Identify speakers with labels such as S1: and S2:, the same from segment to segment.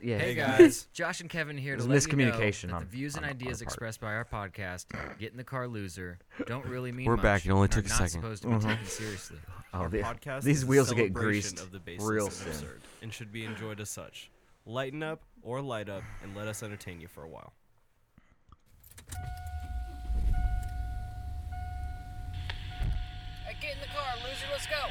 S1: Yeah.
S2: Hey
S1: yeah.
S2: guys, Josh and Kevin here to
S1: There's
S2: let you know
S1: miscommunication
S2: that
S1: on-
S2: the views and
S1: on- on
S2: ideas
S1: our part.
S2: expressed by our podcast, "Get in the Car Loser," don't really mean
S3: We're
S2: much
S3: back. It only
S2: and
S3: took
S2: are
S3: a
S2: not
S3: second.
S2: supposed to be
S4: Mm-hmm.
S2: taken seriously.
S1: Oh,
S5: Our
S1: the-
S5: podcast
S1: these
S5: is a
S1: wheels get
S5: celebration
S1: greased
S5: of the basics
S1: real
S5: of
S1: soon.
S5: absurd and should be enjoyed as such. Lighten up or light up and let us entertain you for a while.
S6: Hey, get in the car, loser. Let's go.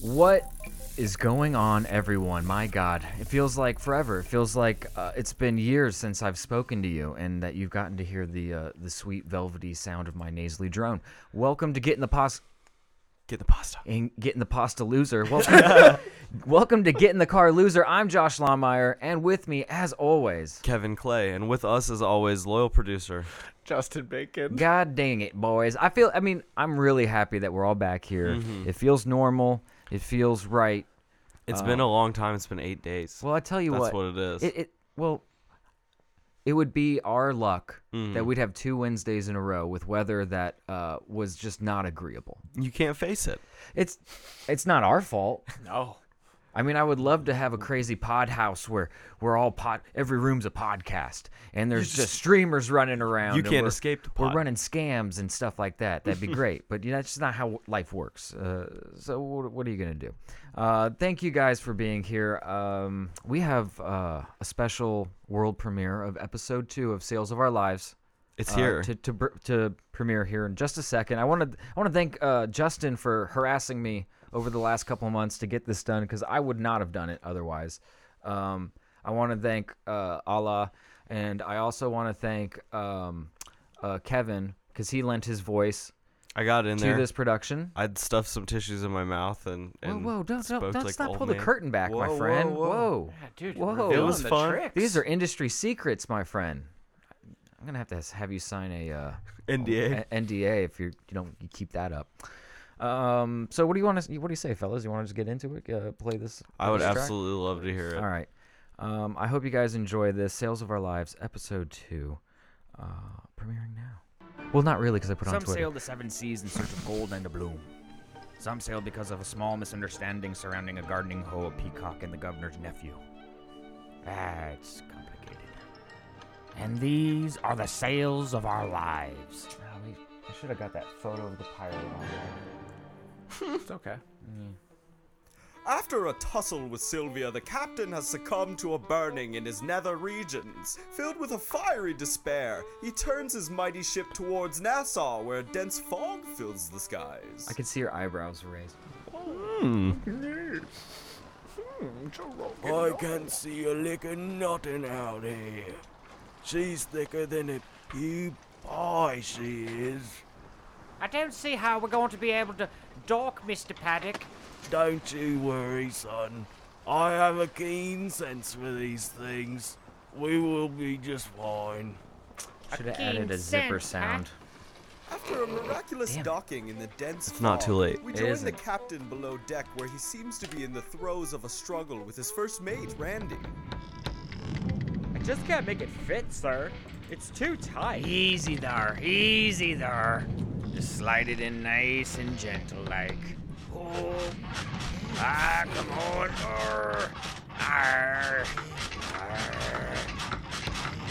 S1: What is going on, everyone? My God, it feels like forever. It feels like uh, it's been years since I've spoken to you, and that you've gotten to hear the uh, the sweet velvety sound of my nasally drone. Welcome to Get in the Pos
S3: Get the pasta.
S1: and Get in the Pasta Loser. Welcome, welcome to Get in the Car Loser. I'm Josh Lawmeyer, and with me, as always,
S3: Kevin Clay, and with us as always, loyal producer.
S7: Justin Bacon.
S1: God dang it, boys! I feel. I mean, I'm really happy that we're all back here.
S3: Mm-hmm.
S1: It feels normal. It feels right.
S3: It's been a long time. It's been eight days.
S1: Uh, Well, I tell you
S3: That's
S1: what.
S3: what it is.
S1: It, it well, it would be our luck
S3: Mm-hmm.
S1: that we'd have two Wednesdays in a row with weather that uh, was just not agreeable.
S3: you can't face it.
S1: It's it's not our fault.
S7: No.
S1: I mean, I would love to have a crazy pod house where we're all pod. Every room's a podcast, and there's just, streamers running around.
S3: You
S1: and
S3: can't
S1: we're-
S3: escape the
S1: We're
S3: pod.
S1: running scams and stuff like that. That'd be great, but you know, that's just not how life works. Uh, so what, what are you gonna do? Uh, thank you guys for being here. Um, we have uh, a special world premiere of episode two of Sales of Our Lives
S3: It's
S1: uh,
S3: here.
S1: to to, br- to premiere here in just a second. I want to I want to thank uh, Justin for harassing me over the last couple of months to get this done because I would not have done it otherwise. Um, I want to thank uh, Allah, and I also want to thank um, uh, Kevin because he lent his voice
S3: I got in
S1: to
S3: there.
S1: this production.
S3: I'd stuffed some tissues in my mouth and,
S1: Whoa,
S3: and
S1: whoa! Don't
S3: spoke
S1: don't, don't
S3: like
S1: stop!
S3: old
S1: Pull the
S3: man.
S1: curtain back, my
S3: Whoa,
S1: friend. Whoa,
S3: Whoa, whoa.
S7: dude,
S1: Whoa.
S7: whoa.
S1: It
S3: was
S7: the
S3: fun.
S7: Tricks.
S1: These are industry secrets, my friend. I'm gonna have to s- have you sign a uh,
S3: NDA.
S1: a- NDA if you're, you don't you keep that up. Um, so what do you want to what do you say, fellas? You want to just get into it? Uh, play this.
S3: I would
S1: this track?
S3: absolutely love to hear it.
S1: All right. Um, I hope you guys enjoy this Sales of Our Lives episode two, uh, premiering now. Well, not really because I put it on
S4: Some
S1: Twitter.
S4: sail the seven seas in search of gold and a bloom. Some sail because of a small misunderstanding surrounding a gardening hoe, a peacock, and the governor's nephew. Ah, it's complicated. And these are the sails of our lives.
S1: Oh, wait, I should have got that photo of the pirate. on there.
S7: It's okay.
S8: After a tussle with Sylvia, the captain has succumbed to a burning in his nether regions. Filled with a fiery despair, he turns his mighty ship towards Nassau, where a dense fog fills the skies.
S1: I could see your eyebrows raised.
S9: I can see a liquor nothing out here. She's thicker than a pea pie, she is.
S4: I don't see how we're going to be able to dock, Mr. Paddock.
S9: Don't you worry, son. I have a keen sense for these things. We will be just fine.
S1: Should have added a zipper sound.
S8: After a miraculous docking in the dense
S3: It's not
S8: fog,
S3: too late.
S8: We
S1: It
S8: join the
S1: isn't.
S8: captain below deck, where he seems to be in the throes of a struggle with his first mate, Randy.
S10: I just can't make it fit, sir. It's too tight.
S4: Easy there, easy there. Just slide it in nice and gentle like. Oh. Ah, come on. Arr. Arr. Arr.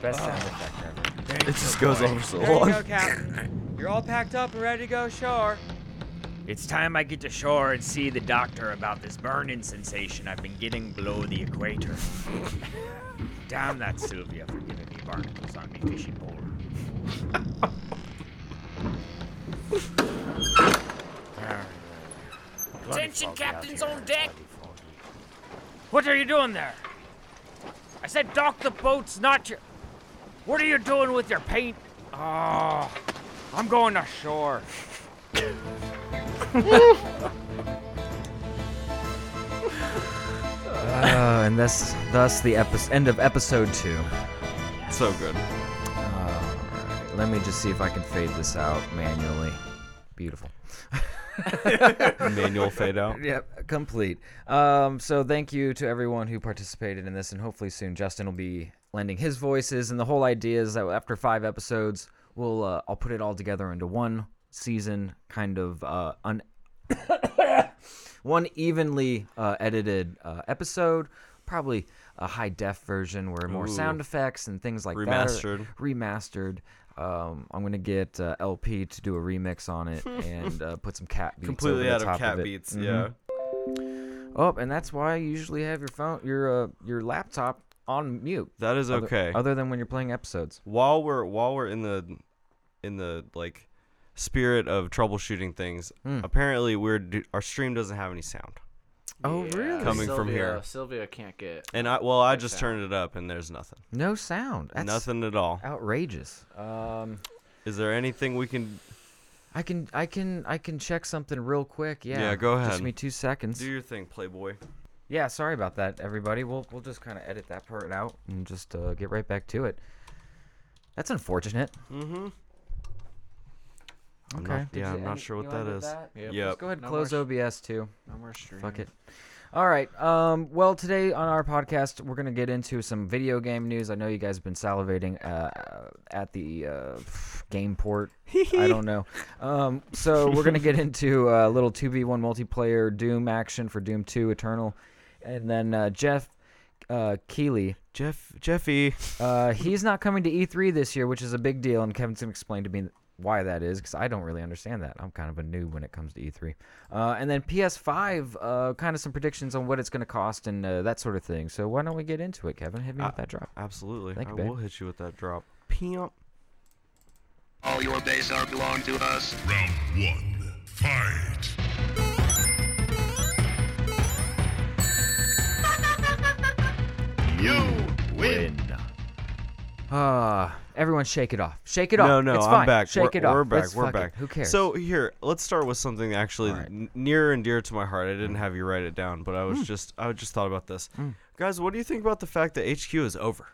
S1: Best sound effect ever.
S3: It
S8: Oh,
S3: just goes over so
S10: There you
S3: long.
S10: go, Captain. You're all packed up and ready to go ashore.
S4: It's time I get to shore and see the doctor about this burning sensation I've been getting below the equator. Damn that Sylvia for giving me barnacles on me fishing pole.
S6: Attention, captains on deck.
S4: What are you doing there? I said dock the boats, not your. What are you doing with your paint? Oh, I'm going ashore.
S1: Uh, and thus, thus the epi- end of episode two.
S3: So good.
S1: Alright, Let me just see if I can fade this out manually. Beautiful.
S3: Manual fade out.
S1: Yep, complete. Um, so thank you to everyone who participated in this, and hopefully soon Justin will be lending his voices. And the whole idea is that after five episodes, we'll uh, I'll put it all together into one season, kind of uh, un- one evenly uh, edited uh, episode. Probably a high def version where more sound effects and things like that.
S3: Remastered.
S1: are- Remastered. Um, I'm gonna get uh, LP to do a remix on it and uh, put some cat beats over
S3: Completely
S1: the
S3: out of
S1: top
S3: cat
S1: it.
S3: beats.
S1: Mhm.
S3: Yeah.
S1: Oh, and that's why you usually have your phone, your uh, your laptop on mute.
S3: That is
S1: Other-
S3: okay.
S1: Other, than when you're playing episodes.
S3: while we're while we're in the in the like spirit of troubleshooting things,
S1: Hmm.
S3: apparently we're do, our stream doesn't have any sound.
S1: Oh, really?
S3: Coming
S7: Sylvia,
S3: from here.
S7: Sylvia can't get.
S3: And I well, I just turned it up and there's nothing.
S1: No sound. That's
S3: nothing at all.
S1: Outrageous. Um,
S3: Is there anything we can
S1: I can I can I can check something real quick. Yeah.
S3: Yeah, go
S1: Just
S3: ahead.
S1: give me two seconds.
S3: do your thing, Playboy?
S1: Yeah. Sorry about that, everybody. We'll we'll just kind of edit that part out and just uh, get right back to it. That's unfortunate.
S3: I'm
S1: Okay.
S3: not-
S1: Did
S3: yeah,
S1: you
S3: I'm not
S1: edit-
S3: sure what
S1: you
S3: that
S1: edited
S3: is.
S1: that?
S7: Yep.
S3: Yep.
S1: Go ahead and
S7: No
S1: close
S7: more
S1: OBS too.
S7: No more streaming.
S1: Fuck it. All right. Um, well, today on our podcast, we're going to get into some video game news. I know you guys have been salivating uh, at the uh, game port. I don't know. Um, so we're going to get into uh, a little 2v1 multiplayer Doom action for Doom 2 Eternal. And then uh, Jeff uh, Keeley,
S3: Jeff Jeffy.
S1: uh, he's not coming to E3 this year, which is a big deal. And Kevin's going to explain to me why that is because I don't really understand that. I'm kind of a noob when it comes to E3. Uh, and then PS5, uh, kind of some predictions on what it's going to cost and uh, that sort of thing. So why don't we get into it, Kevin? Hit me
S3: Uh,
S1: with that drop.
S3: Absolutely.
S1: Thank you,
S3: I
S1: babe.
S3: will hit you with that drop. Pew.
S11: All your days are belong to us.
S12: Round one, fight.
S11: You win.
S1: Uh, everyone, shake it off. Shake it off.
S3: No, no,
S1: it's
S3: I'm
S1: fine.
S3: back.
S1: Shake
S3: we're,
S1: it off.
S3: We're back.
S1: Let's
S3: we're
S1: fuck it.
S3: back.
S1: Who cares?
S3: So here, let's start with something actually
S1: All right.
S3: n- near and dear to my heart. I
S1: Mm.
S3: didn't have you write it down, but I was just I just thought about this. Guys, what do you think about the fact that HQ is over?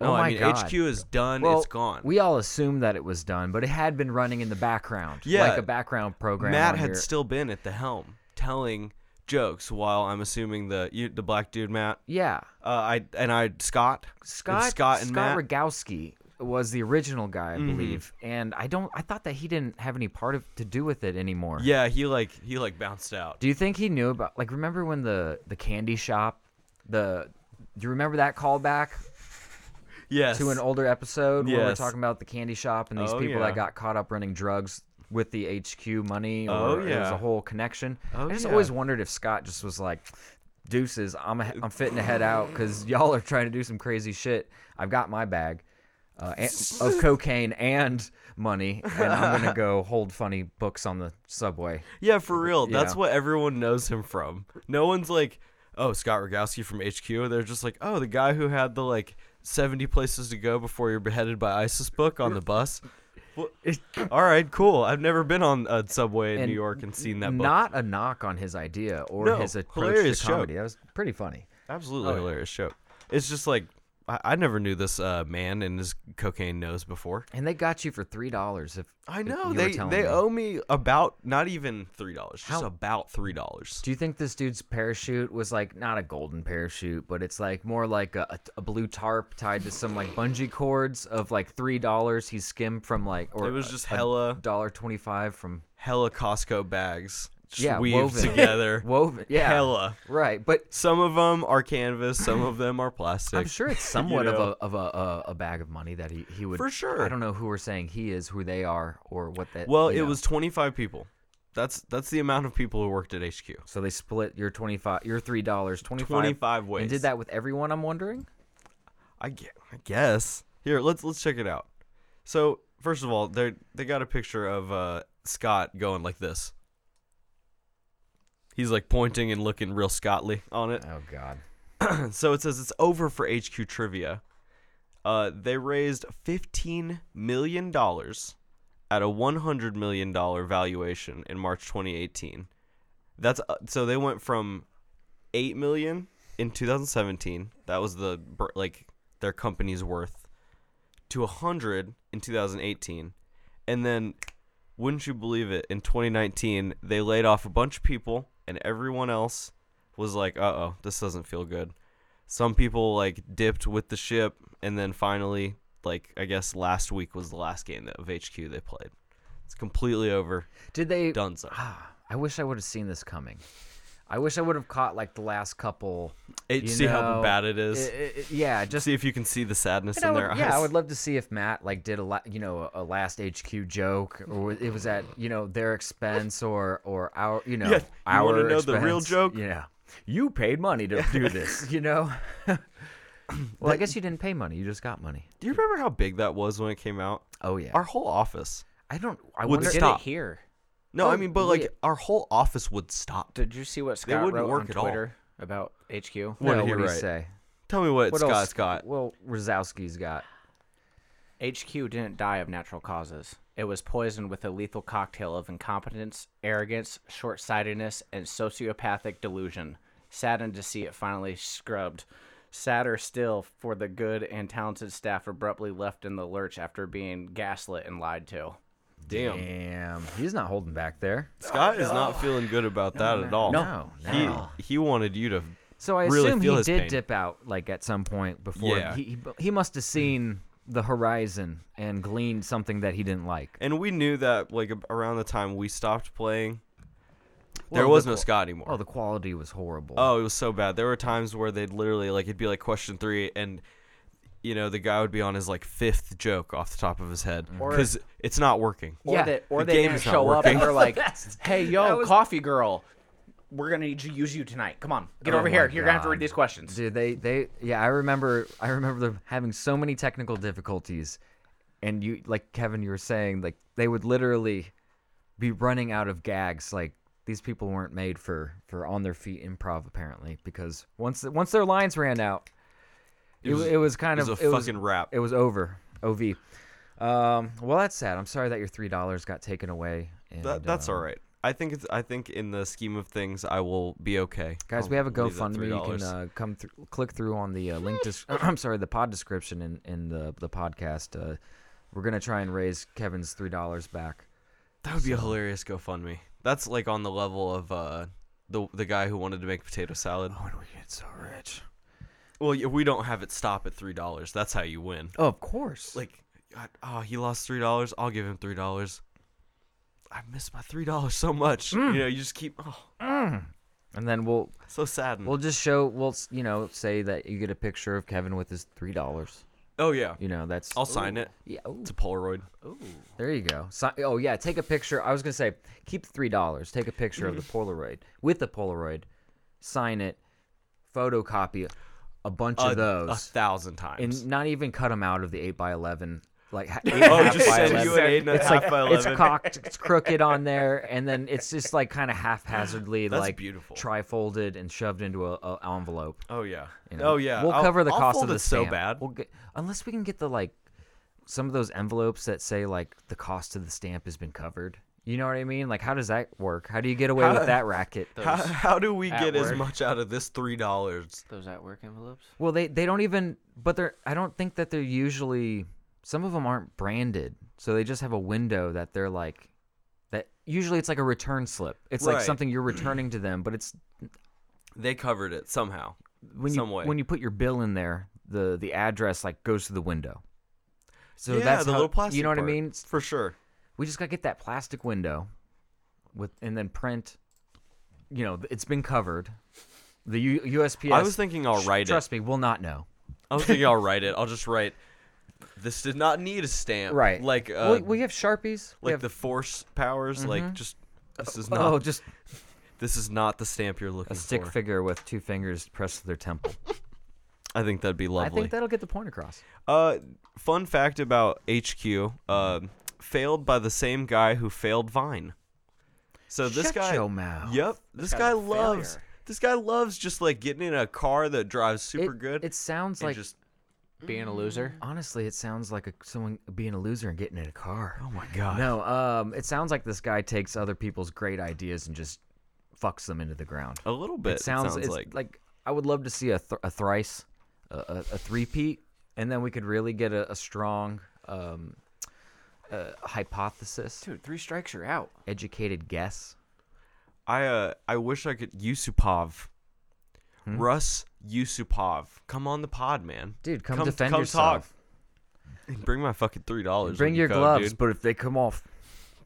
S1: Oh
S3: no,
S1: my
S3: I mean
S1: God.
S3: HQ is done.
S1: well,
S3: it's gone.
S1: We all assumed that it was done, but it had been running in the background,
S3: Yeah.
S1: like a background program.
S3: Matt
S1: on
S3: had
S1: your-
S3: still been at the helm telling jokes while I'm assuming the you, the black dude Matt.
S1: yeah.
S3: Uh, I and I Scott. and
S1: Scott
S3: Scott and Matt. Mm-hmm.
S1: Rogowski was the original guy, I believe, and I don't. I thought that he didn't have any part of to do with it anymore.
S3: yeah, he like he like bounced out.
S1: Do you think he knew about? Like, remember when the the candy shop, the do you remember that callback
S3: yes.
S1: to an older episode where we're
S3: Yes.
S1: talking about the candy shop and these
S3: Oh,
S1: people
S3: yeah.
S1: that got caught up running drugs with the HQ money? Or
S3: Oh,
S1: There was
S3: yeah.
S1: a whole connection.
S3: Oh,
S1: I just
S3: yeah.
S1: always wondered if Scott just was like, "Deuces, I'm a, I'm fitting to head out because y'all are trying to do some crazy shit. I've got my bag." Uh, and, of cocaine and money, and I'm gonna go hold funny books on the subway.
S3: Yeah, for real. That's
S1: Yeah.
S3: what everyone knows him from. No one's like, oh, Scott Rogowski from HQ. They're just like, oh, the guy who had the like 70 places to go before you're beheaded by ISIS book on the bus. Wha- All right, cool. I've never been on a subway in
S1: And
S3: New York and seen that book.
S1: Not a knock on his idea or
S3: No,
S1: his approach
S3: hilarious
S1: to
S3: joke.
S1: comedy. That was pretty funny. Oh.
S3: Absolutely hilarious show. It's just like, I, I never knew this uh, man and his cocaine nose before.
S1: And they got you for three dollars. If
S3: I
S1: if
S3: know
S1: you were
S3: they
S1: telling
S3: they
S1: me.
S3: owe me about not even three dollars, just
S1: How-
S3: about three dollars.
S1: Do you think this dude's parachute was like not a golden parachute, but it's like more like a, a, a blue tarp tied to some like bungee cords of like three dollars he skimmed from like or
S3: It was just
S1: a- a
S3: hella-
S1: dollar twenty five from
S3: Hella Costco bags, just
S1: yeah
S3: weaved
S1: woven
S3: together.
S1: woven yeah
S3: Hella.
S1: right, but
S3: Some of them are canvas, some of them are plastic.
S1: I'm sure it's somewhat
S3: know?
S1: of a of a, a a bag of money that he he would
S3: For sure.
S1: I don't know who we're saying he is, who they are, or what that.
S3: Well,
S1: you
S3: it
S1: know.
S3: was 25 people. That's that's the amount of people who worked at HQ.
S1: So they split your twenty five, your three dollars, twenty
S3: 25
S1: and
S3: ways.
S1: did that with everyone. I'm wondering.
S3: I gue- I guess. Here, let's let's check it out. So, first of all, they they got a picture of uh, Scott going like this. He's like pointing and looking real Scottly on it.
S1: Oh God.
S3: So it says it's over for HQ Trivia. Uh, they raised fifteen million dollars at a one hundred million dollar valuation in March 2018. That's uh, so they went from eight million in 2017. That was the br- like their company's worth to a hundred in 2018. And then, wouldn't you believe it, in 2019, they laid off a bunch of people, and everyone else was like, uh oh, this doesn't feel good. Some people, like, dipped with the ship, and then finally, like, I guess last week was the last game that, of HQ they played. It's completely over.
S1: Did they?
S3: Done so.
S1: I wish I would have seen this coming. I wish I would have caught like the last couple.
S3: It-
S1: you
S3: see how
S1: know,
S3: bad it is.
S1: it- it- it- yeah, just
S3: see if you can see the sadness
S1: And I
S3: in
S1: would-
S3: their eyes.
S1: Yeah, I would love to see if Matt like did a la- you know a last HQ joke or wa- it was at you know their expense or or our you know
S3: Yeah, you
S1: our
S3: wanna know the real
S1: expense.
S3: joke?
S1: Yeah, you paid money to do this. You know. well, I guess you didn't pay money. You just got money.
S3: Do you remember how big that was when it came out?
S1: Oh yeah.
S3: Our whole office.
S1: I don't. I
S3: would
S1: wonder did it
S3: stop
S1: here?
S3: No, I
S1: Oh,
S3: mean, but
S1: wait.
S3: like our whole office would stop.
S7: Did you see what
S3: They
S7: Scott
S3: wouldn't
S7: wrote
S3: work
S7: on
S3: at all.
S7: Twitter about HQ?
S3: What
S1: no,
S3: did he
S1: what did
S3: write?
S1: he say?
S3: Tell me what,
S1: What
S3: Scott's
S1: else?
S3: got.
S1: Well, Rosowski's got.
S7: HQ didn't die of natural causes. It was poisoned with a lethal cocktail of incompetence, arrogance, short sightedness, and sociopathic delusion. Saddened to see it finally scrubbed. Sadder still for the good and talented staff abruptly left in the lurch after being gaslit and lied to.
S3: Damn.
S1: Damn, he's not holding back there.
S3: Scott is not feeling good about that at all.
S1: No, no.
S3: He he wanted you to.
S1: So I
S3: really
S1: assume
S3: feel
S1: he
S3: his
S1: did
S3: pain.
S1: dip out like at some point before.
S3: Yeah.
S1: He, he he must have seen the horizon and gleaned something that he didn't like.
S3: And we knew that like ab- around the time we stopped playing, there
S1: Well,
S3: was
S1: the
S3: no
S1: qu-
S3: Scott anymore.
S1: Oh, the quality was horrible.
S3: Oh, it was so bad. There were times where they'd literally like it'd be like question three, and you know the guy would be on his like fifth joke off the top of his head
S1: Mm-hmm.
S7: Or-
S3: because it's not working.
S7: Or
S3: yeah,
S7: they,
S3: the
S7: or they
S3: game
S7: didn't
S3: is not
S7: show up
S3: working.
S7: and we're like, hey, yo,
S1: that was-
S7: coffee girl, we're going to need to use you tonight. Come on, get
S1: Oh
S7: over
S1: my
S7: here. You're going to have to
S1: God.
S7: read these questions.
S1: Dude, they they yeah, I remember I remember them having so many technical difficulties, and you like Kevin, you were saying like they would literally be running out of gags. Like these people weren't made for for on their feet improv apparently because once the, once their lines ran out,
S3: It
S1: it wa-
S3: was-
S1: it was kind
S3: it
S1: of
S3: was a
S1: it
S3: fucking wrap.
S1: It was over. Ov. Um, well, that's sad. I'm sorry that your three dollars got taken away. And,
S3: That, that's
S1: um,
S3: all right. I think it's. I think in the scheme of things, I will be okay.
S1: Guys,
S3: I'll
S1: we have a
S3: leave that
S1: GoFundMe. You
S3: $3.
S1: can uh, come thr click through on the uh, link. Dis- I'm sorry, the pod description in, in the the podcast. Uh, we're gonna try and raise Kevin's three dollars back.
S3: that would be a hilarious GoFundMe. That's like on the level of uh, the the guy who wanted to make potato salad.
S1: When Oh, we get so rich.
S3: Well, yeah, we don't have it stop at three dollars. That's how you win.
S1: Oh, of course.
S3: Like, God, oh, he lost three dollars. I'll give him three dollars. I miss my three dollars so much.
S1: Hmm.
S3: You know, you just keep. Oh,
S1: And then we'll
S3: so saddened.
S1: we'll just show we'll s- you know say that you get a picture of Kevin with his three dollars.
S3: oh yeah.
S1: You know that's
S3: I'll sign it.
S1: Yeah. Ooh,
S3: It's a Polaroid.
S1: there you go. Si- oh yeah, take a picture. I was gonna say keep the three dollars. Take a picture of the Polaroid with the Polaroid, sign it, photocopy a bunch
S3: A,
S1: of those.
S3: a thousand times.
S1: and not even cut them out of the eight by eleven. Like ha- eight
S3: Oh,
S1: and a
S3: just
S1: half by
S3: send you
S1: 11.
S3: an eight and a
S1: it's
S3: half
S1: like,
S3: by
S1: It's
S3: 11.
S1: cocked, it's crooked on there, and then it's just like kind of haphazardly
S3: That's
S1: like
S3: beautiful.
S1: trifolded and shoved into a, a envelope.
S3: oh yeah.
S1: you know?
S3: Oh yeah.
S1: We'll
S3: I'll-
S1: cover the
S3: I'll
S1: cost
S3: fold
S1: of the
S3: it so
S1: stamp.
S3: bad.
S1: We'll get, unless we can get the like some of those envelopes that say like the cost of the stamp has been covered. You know what I mean? Like, how does that work? How do you get away with that racket?
S3: How, how do we
S7: At
S3: get as
S7: work.
S3: much out of this three dollars?
S7: Those at work envelopes?
S1: Well, they they don't even. But they're. I don't think that they're usually. Some of them aren't branded, so they just have a window that they're like. That usually it's like a return slip. It's like
S3: Right.
S1: something you're returning to them, but it's
S3: They covered it somehow.
S1: when you
S3: Some way.
S1: when you put your bill in there, the the address like goes to the window. So
S3: yeah,
S1: that's
S3: the
S1: how,
S3: little plastic.
S1: You know what
S3: part,
S1: I mean?
S3: For sure.
S1: We just gotta get that plastic window, with and then print. You know, it's been covered. The U- USPS.
S3: I was thinking I'll
S1: sh-
S3: write it.
S1: Trust me, we'll not know.
S3: I was thinking I'll write it. I'll just write. This did not need a stamp.
S1: Right.
S3: Like uh,
S1: Well, we have sharpies. we
S3: like
S1: have Mm-hmm.
S3: the force powers. Like just this is not.
S1: Oh, just
S3: this is not the stamp you're
S1: a
S3: looking
S1: stick
S3: for.
S1: figure with two fingers pressed to their temple.
S3: I think that'd be
S1: I
S3: lovely.
S1: think that'll get the point across.
S3: uh, fun fact about HQ: um, failed by the same guy who failed Vine. So this
S1: Shut
S3: guy.
S1: your mouth.
S3: Yep. This,
S7: guy's
S3: guy
S7: a
S3: loves.
S7: failure.
S3: This guy loves just like getting in a car that drives super
S1: it,
S3: good.
S1: It sounds
S3: and
S1: like
S3: just
S7: Being a loser?
S1: Mm. honestly, it sounds like a, someone being a loser and getting in a car.
S3: oh my god.
S1: No, um, it sounds like this guy takes other people's great ideas and just fucks them into the ground.
S3: A little bit.
S1: it sounds,
S3: sounds
S1: it's
S3: like.
S1: I would love to see a, th- a thrice, a, a, a three-peat, and then we could really get a, a strong um, uh, hypothesis. Dude,
S7: three strikes, you're out.
S1: Educated guess.
S3: I uh, I wish I could Yusupov.
S1: Hmm?
S3: Russ Yusupov, come on the pod, man.
S1: Dude, come defend yourself.
S3: Talk. Bring my fucking three dollars.
S1: Bring
S3: when you
S1: your
S3: go,
S1: gloves,
S3: dude.
S1: but if they come off,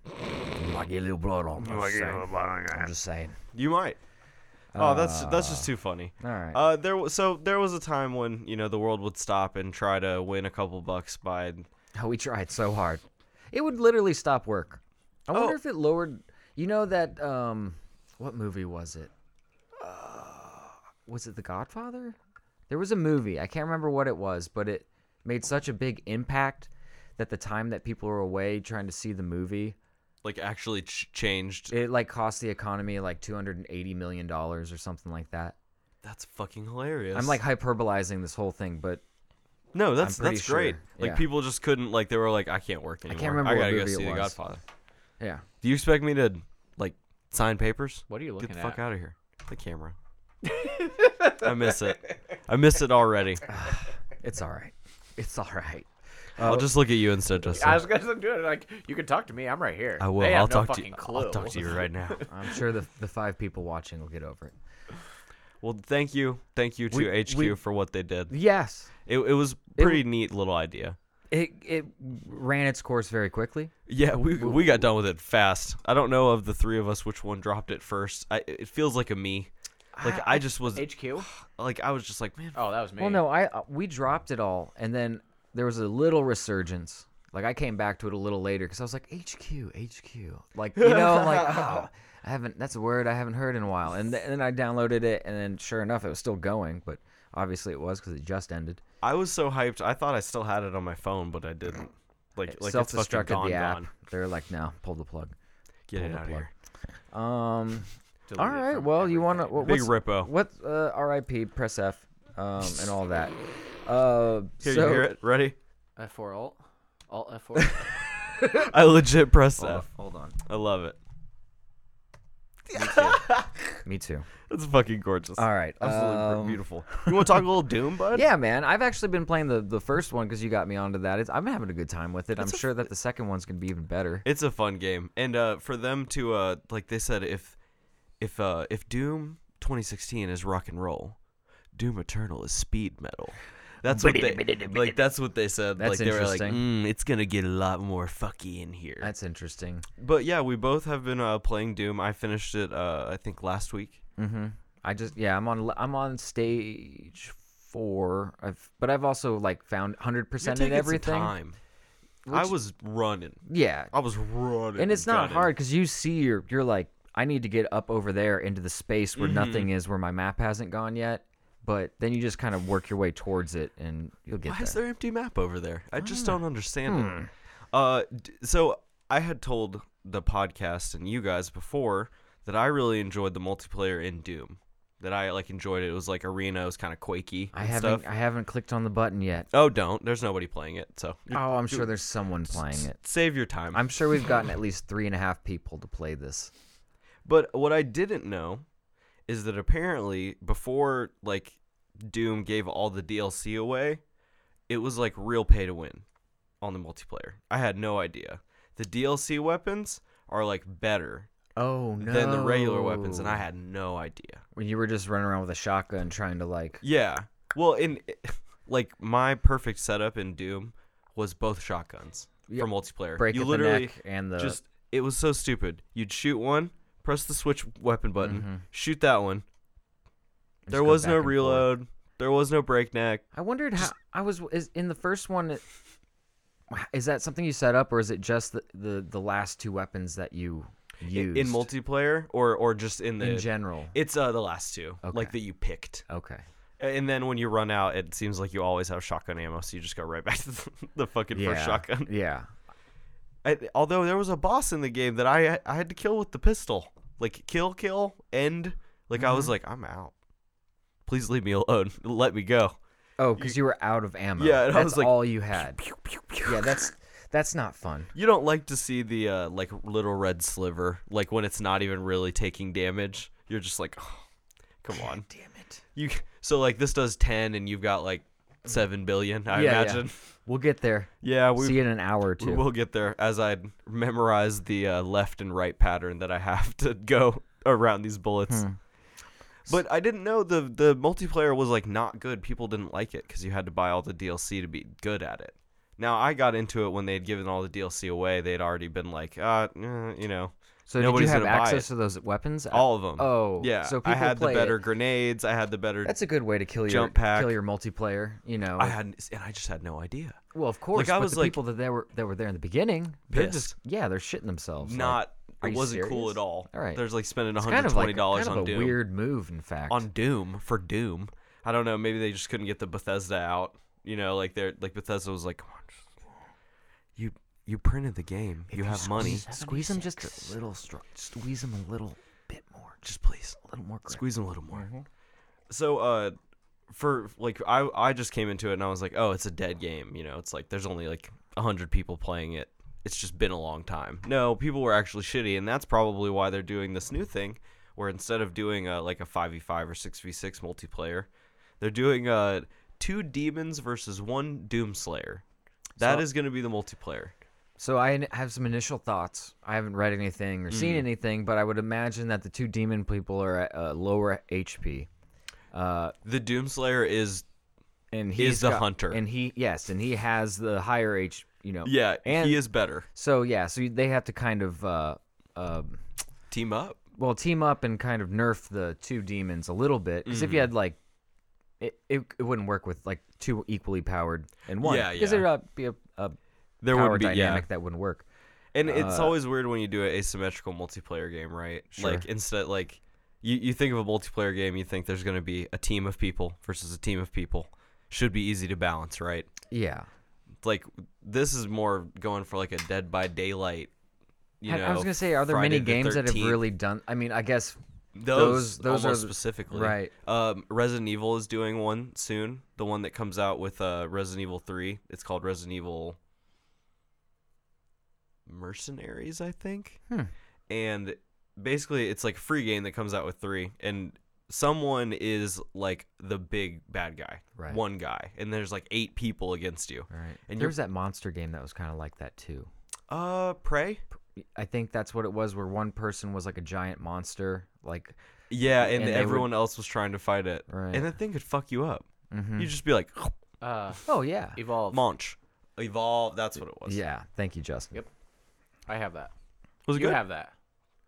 S1: you might get a little blood on. 'em,
S3: You might
S1: I'm
S3: get a
S1: just
S3: little
S1: saying.
S3: blood on your
S1: I'm just saying.
S3: You might. Oh, that's that's
S1: Ah.
S3: just too funny.
S1: All right.
S3: Uh, there wa- so there was a time when you know the world would stop and try to win a couple bucks by.
S1: Oh, we tried so hard. It would literally stop work. I wonder if it lowered. You know that um, what movie was it? Uh, was it The Godfather? There was a movie. I can't remember what it was, but it made such a big impact that the time that people were away trying to see the movie,
S3: like actually ch- changed.
S1: it like cost the economy like two hundred and eighty million dollars or something like that.
S3: That's fucking hilarious.
S1: I'm like hyperbolizing this whole thing, but
S3: no,
S1: I'm
S3: that's
S1: pretty
S3: that's great.
S1: sure.
S3: Like
S1: Yeah.
S3: people just couldn't like they were like I can't work
S1: I
S3: anymore.
S1: can't remember what
S3: gotta
S1: movie
S3: go see
S1: it
S3: The
S1: was.
S3: Godfather.
S1: Yeah.
S3: Do you expect me to like sign papers?
S7: What are you
S3: Get
S7: looking
S3: the fuck
S7: at?
S3: out of here. The camera. I miss it. I miss it already.
S1: It's all right. It's all right.
S3: I'll just look at you instead, Justin.
S7: I was gonna do it. Like you can talk to me. I'm right here.
S3: I will.
S7: They have
S3: I'll
S7: no
S3: talk to you-
S7: fucking
S3: I'll
S7: clue.
S3: talk to you right now.
S1: I'm sure the the five people watching will get over it.
S3: Well, thank you, thank you to
S1: We-
S3: HQ
S1: we-
S3: for what they did.
S1: Yes.
S3: it, it was pretty neat little idea.
S1: It it ran its course very quickly.
S3: Yeah, we we got done with it fast. I don't know of the three of us which one dropped it first. I, it feels like a me. Like I, just was
S7: HQ.
S3: Like I was just like, man.
S7: Oh, that was me.
S1: Well, no, I uh, we dropped it all, and then there was a little resurgence. Like I came back to it a little later because I was like HQ, HQ. Like you know, like oh, I haven't. That's a word I haven't heard in a while. And, th- and then I downloaded it, and then sure enough, it was still going. But obviously, it was because it just ended.
S3: I was so hyped. I thought I still had it on my phone, but I didn't. Like like it's fucking
S1: Self-destructed
S3: gone.
S1: the app.
S3: gone.
S1: They're like, no, pull the plug.
S3: Get
S1: Pull
S3: it
S1: the
S3: out of
S1: plug.
S3: here.
S1: Um.
S7: Delete
S1: all
S7: it
S1: right.
S7: from
S1: Well, you want to what,
S3: Big
S1: what's-
S3: Rippo.
S1: What? Uh, R.I.P. Press F. Um, and all that. Uh,
S3: Here
S1: so,
S3: you hear it? Ready?
S7: F4 alt. Alt F4.
S3: I legit pressed
S1: Hold on,
S3: F.
S1: hold on.
S3: I love it.
S1: Me too.
S3: It's fucking gorgeous.
S1: All right,
S3: Absolutely br-
S1: um,
S3: beautiful. You want to talk a little Doom, bud?
S1: Yeah, man. I've actually been playing the, the first one because you got me onto that. It's, I'm having a good time with it. I'm sure that the second one's gonna be even better.
S3: It's a fun game, and uh, for them to uh, like they said, if if uh, if Doom 2016 is rock and roll, Doom Eternal is speed metal. That's what they like. That's what they said.
S1: That's
S3: like they were like,
S1: interesting.
S3: mm, it's gonna get a lot more fucky in here.
S1: That's interesting.
S3: But yeah, we both have been uh, playing Doom. I finished it, uh, I think last week.
S1: Mm-hmm. I just yeah, I'm on le- I'm on stage four. I've but I've also like found hundred percent in
S3: taking some
S1: everything.
S3: time. I
S1: Which-
S3: was running.
S1: Yeah,
S3: I was running.
S1: and it's not
S3: gunning.
S1: hard because you see you're you're like I need to get up over there into the space where nothing
S3: Mm-hmm.
S1: is, where my map hasn't gone yet. But then you just kind of work your way towards it, and you'll get Ah. Hmm.
S3: Why
S1: there.
S3: is there empty map over there? I just don't understand it. Uh, d- so I had told the podcast and you guys before that I really enjoyed the multiplayer in Doom. That I like enjoyed it. It was like arena. It was kind of quaky.
S1: I
S3: and
S1: haven't
S3: stuff.
S1: I haven't clicked on the button yet.
S3: Oh, don't. There's nobody playing it. So
S1: Oh, I'm sure there's someone playing it.
S3: save your time.
S1: I'm sure we've gotten at least three and a half people to play this.
S3: But what I didn't know is that apparently before like Doom gave all the DLC away, it was like real pay to win on the multiplayer. I had no idea. The DLC weapons are like better
S1: Oh
S3: than the regular weapons and I had no idea.
S1: when you were just running around with a shotgun trying to like
S3: Yeah. Well, in like my perfect setup in Doom was both shotguns for multiplayer.
S1: break
S3: you
S1: at the
S3: literally
S1: neck and the-
S3: just it was so stupid. You'd shoot one, press the switch weapon button, shoot that one. There
S1: Mm-hmm. go
S3: was
S1: back
S3: no
S1: and forth.
S3: reload. There was no breakneck.
S1: I wondered how I was is, in the first one it- is that something you set up or is it just the the, the last two weapons that you used
S3: in multiplayer or or just in the
S1: in general?
S3: It's uh the last two,
S1: Okay.
S3: like that you picked.
S1: Okay.
S3: And then when you run out, it seems like you always have shotgun ammo, so you just go right back to the, the fucking
S1: Yeah.
S3: first shotgun.
S1: Yeah.
S3: I, although there was a boss in the game that I I had to kill with the pistol, like kill, kill, end. Like I
S1: Mm-hmm.
S3: was like, I'm out. Please leave me alone. Let me go.
S1: Oh, because you, were out of ammo.
S3: Yeah, and I
S1: that's
S3: was like,
S1: all you had. Yeah, that's that's not fun.
S3: You don't like to see the uh, like little red sliver, like when it's not even really taking damage. You're just like, oh, come on.
S1: Damn it.
S3: You so like this does ten, and you've got like seven billion.
S1: Yeah,
S3: I
S1: yeah.
S3: imagine.
S1: We'll get there.
S3: Yeah, we
S1: see you in an hour or two.
S3: We will get there as I memorize the uh, left and right pattern that I have to go around these bullets.
S1: Hmm.
S3: But I didn't know the the multiplayer was like not good. People didn't like it because you had to buy all the DLC to be good at it. Now I got into it when they had given all the DLC away. They'd already been like, uh, eh, you know,
S1: So did you
S3: nobody's
S1: have
S3: gonna buy
S1: access
S3: it.
S1: to those weapons?
S3: All of them.
S1: Oh,
S3: yeah.
S1: So people
S3: I had the
S1: play
S3: better
S1: It.
S3: grenades. I had the better.
S1: That's a good way to kill your
S3: jump pack.
S1: kill your multiplayer. You know.
S3: I had, and I just had no idea.
S1: Well, of course.
S3: Like I
S1: but
S3: was
S1: the
S3: like
S1: people that they were that were there in the beginning. They're
S3: Pissed.
S1: just yeah, they're shitting themselves. like,
S3: not.
S1: are
S3: it
S1: you
S3: wasn't cool
S1: serious?
S3: at all.
S1: All right.
S3: There's like spending
S1: It's
S3: 120
S1: kind of like a-
S3: dollars
S1: kind
S3: on
S1: of a
S3: Doom.
S1: weird move, in fact.
S3: On Doom for Doom. I don't know. Maybe they just couldn't get the Bethesda out. You know, like they're like Bethesda was like, come on, just, you you printed the game. you have money.
S1: Squeeze them just a little. Str- squeeze them a little bit more.
S3: Just please,
S1: a little more. Grip. Mm-hmm.
S3: Squeeze them a little more. So uh for like I I just came into it and I was like, "Oh, it's a dead game, you know. It's like there's only like 100 people playing it. It's just been a long time." No, people were actually shitty and that's probably why they're doing this new thing where instead of doing a, like a 5v5 or 6v6 multiplayer, they're doing uh two demons versus one doomslayer. That
S1: So-
S3: is going to be the multiplayer.
S1: So I n- have some initial thoughts. I haven't read anything or seen
S3: Mhm.
S1: anything, but I would imagine that the two demon people are at uh, lower HP. Uh,
S3: The doomslayer is
S1: and
S3: is
S1: he's
S3: the
S1: got-
S3: hunter.
S1: and he yes, and he has the higher H. You know,
S3: yeah,
S1: and
S3: he is better.
S1: So yeah, so they have to kind of uh, uh,
S3: Team up.
S1: well team up and kind of nerf the two demons a little bit because if you
S3: Mhm.
S1: had like it, it, it wouldn't work with like two equally powered and one
S3: Yeah,
S1: because
S3: yeah.
S1: there'd uh, be a, a
S3: There
S1: power
S3: would be, yeah.
S1: dynamic that wouldn't work.
S3: And it's
S1: Uh,
S3: always weird when you do an asymmetrical multiplayer game, right?
S1: Sure.
S3: Like instead like you, you think of a multiplayer game, you think there's gonna be a team of people versus a team of people. Should be easy to balance, right?
S1: yeah.
S3: Like this is more going for like a dead by daylight. You
S1: I,
S3: know,
S1: I was gonna say, are there many
S3: Friday the
S1: games that have
S3: 13th.
S1: really done? I mean, I guess
S3: those
S1: those,
S3: almost
S1: are the-
S3: specifically
S1: right.
S3: Um, Resident Evil is doing one soon. The one that comes out with uh, Resident Evil Three. It's called Resident Evil Mercenaries, I think.
S1: Hmm.
S3: And basically, it's like a free game that comes out with three, and someone is like the big bad guy,
S1: Right.
S3: one guy, and there's like eight people against you.
S1: Right.
S3: And
S1: there
S3: you're
S1: was that monster game that was kind of like that too.
S3: uh, prey.
S1: I think that's what it was, where one person was like a giant monster, like
S3: Yeah, and,
S1: And they would-
S3: everyone else was trying to fight it,
S1: Right.
S3: and that thing could fuck you up.
S1: Mhm.
S3: You'd just be like,
S7: Uh,
S1: oh yeah,
S7: evolve.
S3: Munch. Evolve. That's what it was.
S1: yeah. Thank you, Justin.
S7: Yep. I have that.
S3: Was it
S7: you
S3: good?
S7: have that.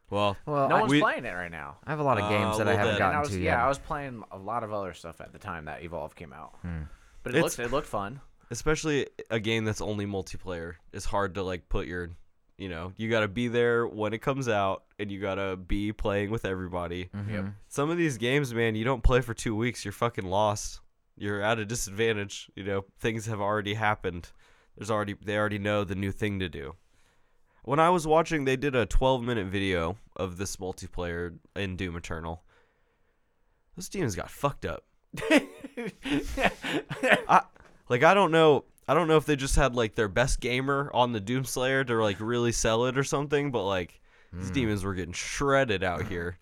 S3: Well,
S1: Well,
S7: no
S1: I-
S7: one's
S1: we-
S7: playing it right now.
S1: I have a lot of games
S3: Uh,
S1: that I
S3: well,
S1: haven't
S3: then-
S7: And I
S1: gotten
S7: was,
S1: to
S7: yeah,
S1: yet.
S7: I was playing a lot of other stuff at the time that Evolve came out.
S1: Hmm.
S7: But it
S3: It's-
S7: looked it looked fun.
S3: especially a game that's only multiplayer. It's hard to like put your, you know, you gotta be there when it comes out, and you gotta be playing with everybody.
S7: Yep.
S3: Some of these games, man, you don't play for two weeks, you're fucking lost. You're at a disadvantage. You know, things have already happened. There's already they already know the new thing to do. When I was watching, they did a 12 minute video of this multiplayer in Doom Eternal. Those demons got fucked up. I like I don't know I don't know if they just had like their best gamer on the Doomslayer to like really sell it or something, but like
S1: Hmm.
S3: these demons were getting shredded out here.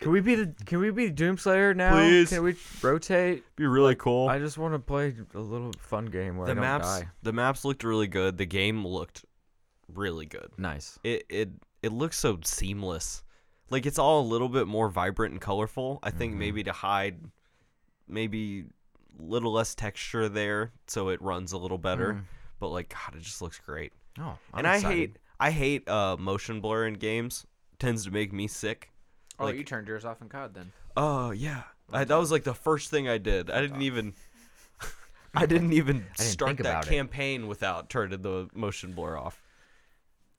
S1: Can we be the Can we be Doomslayer now?
S3: Please. Oh.
S1: Can we rotate?
S3: Be really cool.
S1: I just want to play a little fun game where
S3: the
S1: I don't
S3: maps
S1: die.
S3: the maps looked really good. The game looked really good.
S1: Nice.
S3: It it it looks so seamless. Like it's all a little bit more vibrant and colorful. I
S1: Mm-hmm.
S3: think maybe to hide maybe little less texture there so it runs a little better.
S1: Mm.
S3: But like god, it just looks great.
S1: Oh, I'm
S3: and I
S1: excited.
S3: hate I hate uh, motion blur in games. Tends to make me sick.
S7: Oh,
S3: Like-
S7: you turned yours off in COD then.
S3: Oh yeah, I, that was like the first thing I did. I
S7: Oh.
S3: didn't even I didn't even
S1: think
S3: start that
S1: about it.
S3: campaign without turning the motion blur off.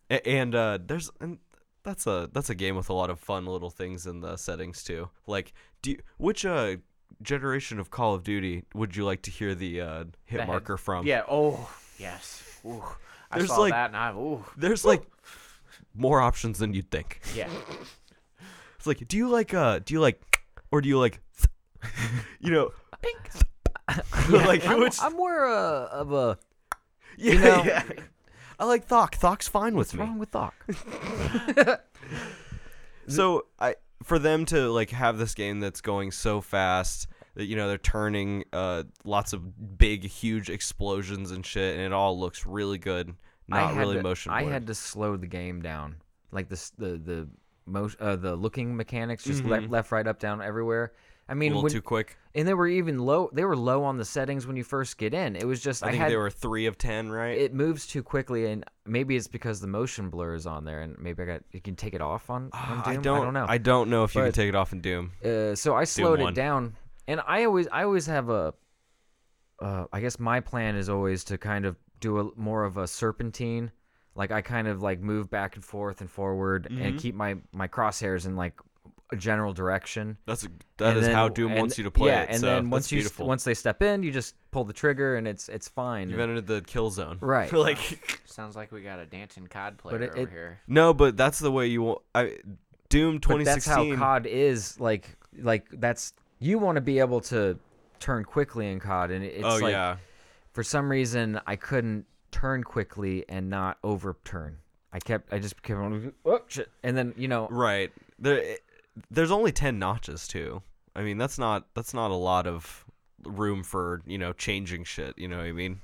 S3: A- and uh, there's and that's a that's a game with a lot of fun little things in the settings too. Like do you, which uh generation of Call of Duty would you like to hear the uh, hit
S7: The head-
S3: marker from?
S7: Yeah. Oh, yes. Ooh. I
S3: There's
S7: saw
S3: like-
S7: that and I ooh.
S3: There's like more options than you'd think.
S7: Yeah.
S3: It's like, do you like uh do you like or do you like you know like
S1: I'm,
S3: which
S1: I'm more uh, of a
S3: yeah,
S1: you know-
S3: yeah. I like Thok. Thok's fine with
S1: what's
S3: me.
S1: wrong with Thok?
S3: So I for them to like have this game that's going so fast that, you know they're turning uh, lots of big, huge explosions and shit, and it all looks really good.
S1: I
S3: Not
S1: had
S3: really
S1: to,
S3: motion
S1: I
S3: blur.
S1: had to slow the game down, like this the the motion uh, the looking mechanics just le-
S3: Mhm.
S1: left, right, up, down everywhere. I mean,
S3: little
S1: when-
S3: too quick.
S1: And they were even low. They were low on the settings when you first get in. It was just
S3: I
S1: I,
S3: think
S1: had
S3: they were three of ten, right?
S1: it moves too quickly, and maybe it's because the motion blur is on there, and maybe I got you can take it off on. on
S3: Ah, I
S1: Doom?
S3: don't.
S1: I don't know.
S3: I don't know if you can
S1: But-
S3: take it off in Doom.
S1: Uh, so I
S3: Doom
S1: slowed it
S3: one.
S1: down, and I always I always have a. Uh, I guess my plan is always to kind of do a more of a serpentine, like I kind of like move back and forth and forward and
S3: Mhm.
S1: keep my my crosshairs in like a general direction.
S3: That's a- that
S1: And
S3: is
S1: then-
S3: how Doom
S1: and-
S3: wants you to play
S1: Yeah,
S3: it,
S1: and
S3: so
S1: then
S3: that's
S1: once you s-
S3: beautiful.
S1: once they step in, you just pull the trigger and it's it's fine.
S3: You've entered the kill zone.
S1: Right.
S3: like
S7: Sounds like we got a dancing COD player
S1: But it-
S7: over
S1: it-
S7: here.
S3: no, but that's the way you want. I Doom
S1: But
S3: twenty
S1: that's
S3: sixteen.
S1: how COD is like. Like that's you want to be able to turn quickly in COD, and it- it's
S3: Oh,
S1: like
S3: yeah.
S1: for some reason I couldn't turn quickly and not overturn. I kept I just kept on oh shit, and then you know
S3: right there. it- There's only ten notches too. I mean, that's not that's not a lot of room for you know changing shit. You know what I mean?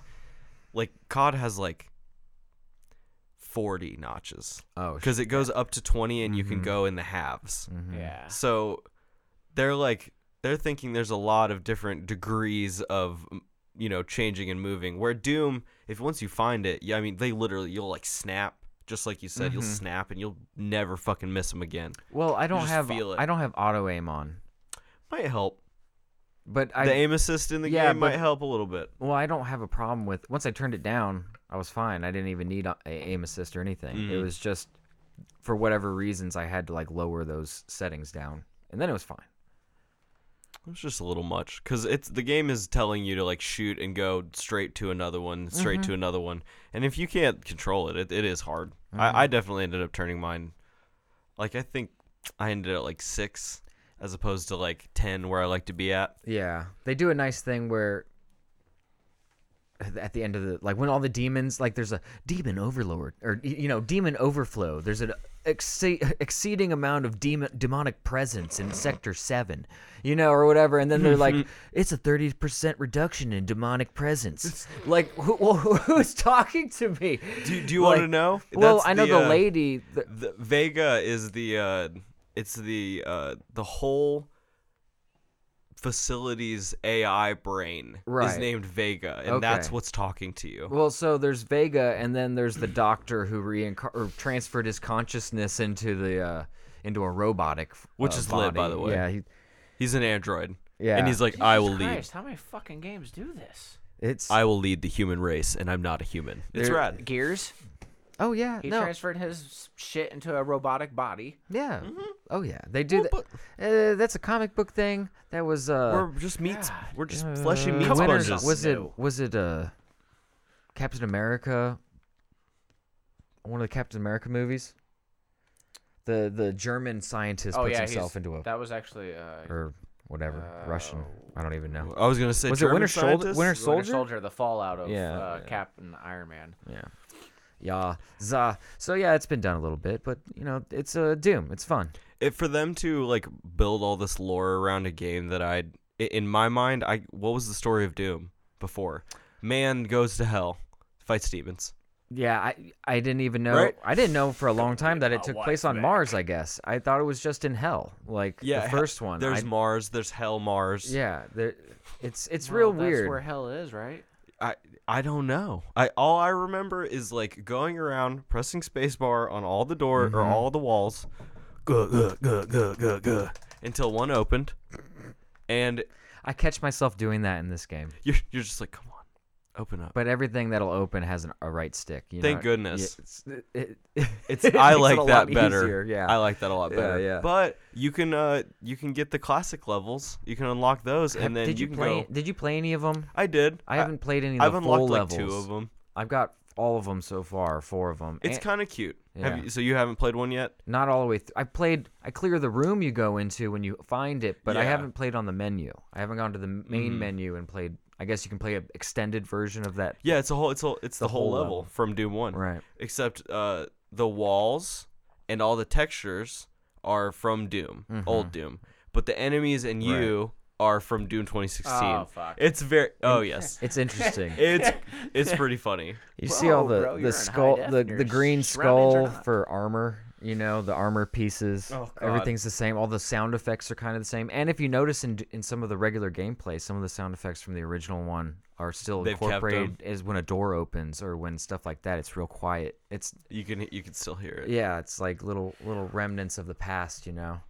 S3: Like COD has like forty notches.
S1: Oh,
S3: because it goes up to twenty, and you can go in the halves.
S7: Yeah.
S3: So they're like they're thinking there's a lot of different degrees of m- you know changing and moving. Where Doom, if once you find it, yeah, I mean they literally you'll like snap, just like you said, you'll
S1: Mhm.
S3: snap and you'll never fucking miss them again.
S1: Well, I
S3: You
S1: don't
S3: just
S1: have
S3: feel it.
S1: I don't have auto aim on,
S3: might help.
S1: but I
S3: the aim assist in the
S1: yeah,
S3: game might
S1: but-
S3: help a little bit.
S1: Well, I don't have a problem with once I turned it down, I was fine. I didn't even need a, a- aim assist or anything. It
S3: Mhm.
S1: was just for whatever reasons I had to like lower those settings down, and then it was fine.
S3: It was just a little much because it's the game is telling you to like shoot and go straight to another one, straight
S1: Mhm.
S3: to another one, and if you can't control it, it, it is hard.
S1: Mhm.
S3: I, I definitely ended up turning mine. Like I think I ended at like six as opposed to like ten where I like to be at.
S1: Yeah, they do a nice thing where at the end of the like when all the demons like there's a demon overlord or y- you know demon overflow. There's an exce- exceeding amount of demon demonic presence in sector seven, you know, or whatever. And then they're like, it's a thirty percent reduction in demonic presence. like, who, well, who's talking to me?
S3: Do, do you
S1: Like-
S3: want to know?
S1: Well,
S3: That's
S1: I know the,
S3: uh,
S1: lady. The,
S3: the Vega is the uh, it's the uh, the whole facility's AI brain is
S1: Right.
S3: named Vega, and that's
S1: Okay.
S3: what's talking to you.
S1: Well, so there's Vega, and then there's the Doctor who reincar- or transferred his consciousness into the uh, into a robotic,
S3: which
S1: uh,
S3: is lit by
S1: body.
S3: the way.
S1: Yeah, he,
S3: he's an android.
S1: Yeah.
S3: and he's like, I
S7: Jesus
S3: will lead.
S7: Christ, how many fucking games do this?
S1: It's
S3: I will lead the human race, and I'm not a human. It's
S1: There-
S3: rad.
S7: Gears.
S1: Oh yeah,
S7: He
S1: no,
S7: transferred his shit into a robotic body.
S1: yeah,
S7: Mm-hmm.
S1: oh yeah, they do that. Uh, that's a comic book thing. That was uh,
S3: We're just meats. We're just fleshy
S1: uh,
S3: meat
S1: when is-
S3: sponges.
S1: Was it was it uh, Captain America? One of the Captain America movies. The the German scientist
S7: oh
S1: puts
S7: yeah,
S1: himself
S7: he's,
S1: into a
S7: that Oh. was actually uh,
S1: or whatever Russian. I don't even know.
S3: I was gonna say
S1: was it
S3: German
S1: Winter Soldier?
S3: scientists?
S1: Winter
S3: Winter
S1: Soldier?
S7: the fallout of
S1: Yeah,
S7: uh,
S1: yeah.
S7: Captain Iron Man.
S1: Yeah. Yeah. Za. So yeah, it's been done a little bit, but you know, it's uh, Doom. It's fun.
S3: it for them to like build all this lore around a game that I, in my mind, I what was the story of Doom before? Man goes to hell, fights demons.
S1: Yeah, I I didn't even know.
S3: Right?
S1: I didn't know for a long time that it took place on Mars. I guess I thought it was just in Hell, like
S3: Yeah,
S1: the
S3: he-
S1: first one.
S3: There's
S1: I-
S3: Mars. There's Hell Mars.
S1: yeah, there, it's it's
S7: Well,
S1: real
S7: that's
S1: weird.
S7: where hell is, right?
S3: I I don't know. I all I remember is like going around pressing spacebar on all the door or all the walls. Guh, guh, guh, guh, guh, guh, until one opened. And
S1: I catch myself doing that in this game,
S3: you're you're just like, "Come on. Open up."
S1: but everything that'll open has an, a right stick. You
S3: Thank
S1: know?
S3: goodness.
S1: Yeah, it's, it,
S3: It's
S1: it
S3: I
S1: makes it
S3: like
S1: a
S3: that
S1: lot
S3: better.
S1: easier, Yeah,
S3: I like that a lot
S1: Yeah,
S3: better.
S1: yeah.
S3: But you can uh you can get the classic levels. You can unlock those and then
S1: did you,
S3: can
S1: play?
S3: go
S1: Did you play any of them?
S3: I did.
S1: I haven't played any of
S3: I've
S1: the
S3: unlocked
S1: full
S3: like
S1: levels.
S3: two of them.
S1: I've got all of them so far, four of them.
S3: It's kind of cute. Have
S1: Yeah.
S3: you, so you haven't played one yet?
S1: not all the way. Th- I played. I clear the room you go into when you find it, but I
S3: Yeah.
S1: haven't played on the menu. I haven't gone to the m- main
S3: Mhm.
S1: menu and played. I guess you can play an extended version of that.
S3: Yeah, it's a whole it's a, it's the, whole,
S1: whole
S3: level,
S1: level.
S3: from Doom 1.
S1: Right.
S3: Except uh the walls and all the textures are from Doom, old Doom. But the enemies and
S1: Mm-hmm. Right.
S3: you are from Doom 2016.
S7: Oh, fuck.
S3: It's very. Oh yes.
S1: It's interesting.
S3: it's it's pretty funny.
S1: You see all the the skull, the, the green skull for armor. You know the armor pieces.
S3: Oh, God.
S1: Everything's the same. All the sound effects are kind of the same. And if you notice in in some of the regular gameplay, some of the sound effects from the original one are still
S3: They've kept 'em.
S1: incorporated. Is when a door opens or when stuff like that. It's real quiet. It's
S3: You can you can still hear it.
S1: yeah. It's like little little remnants of the past. You know.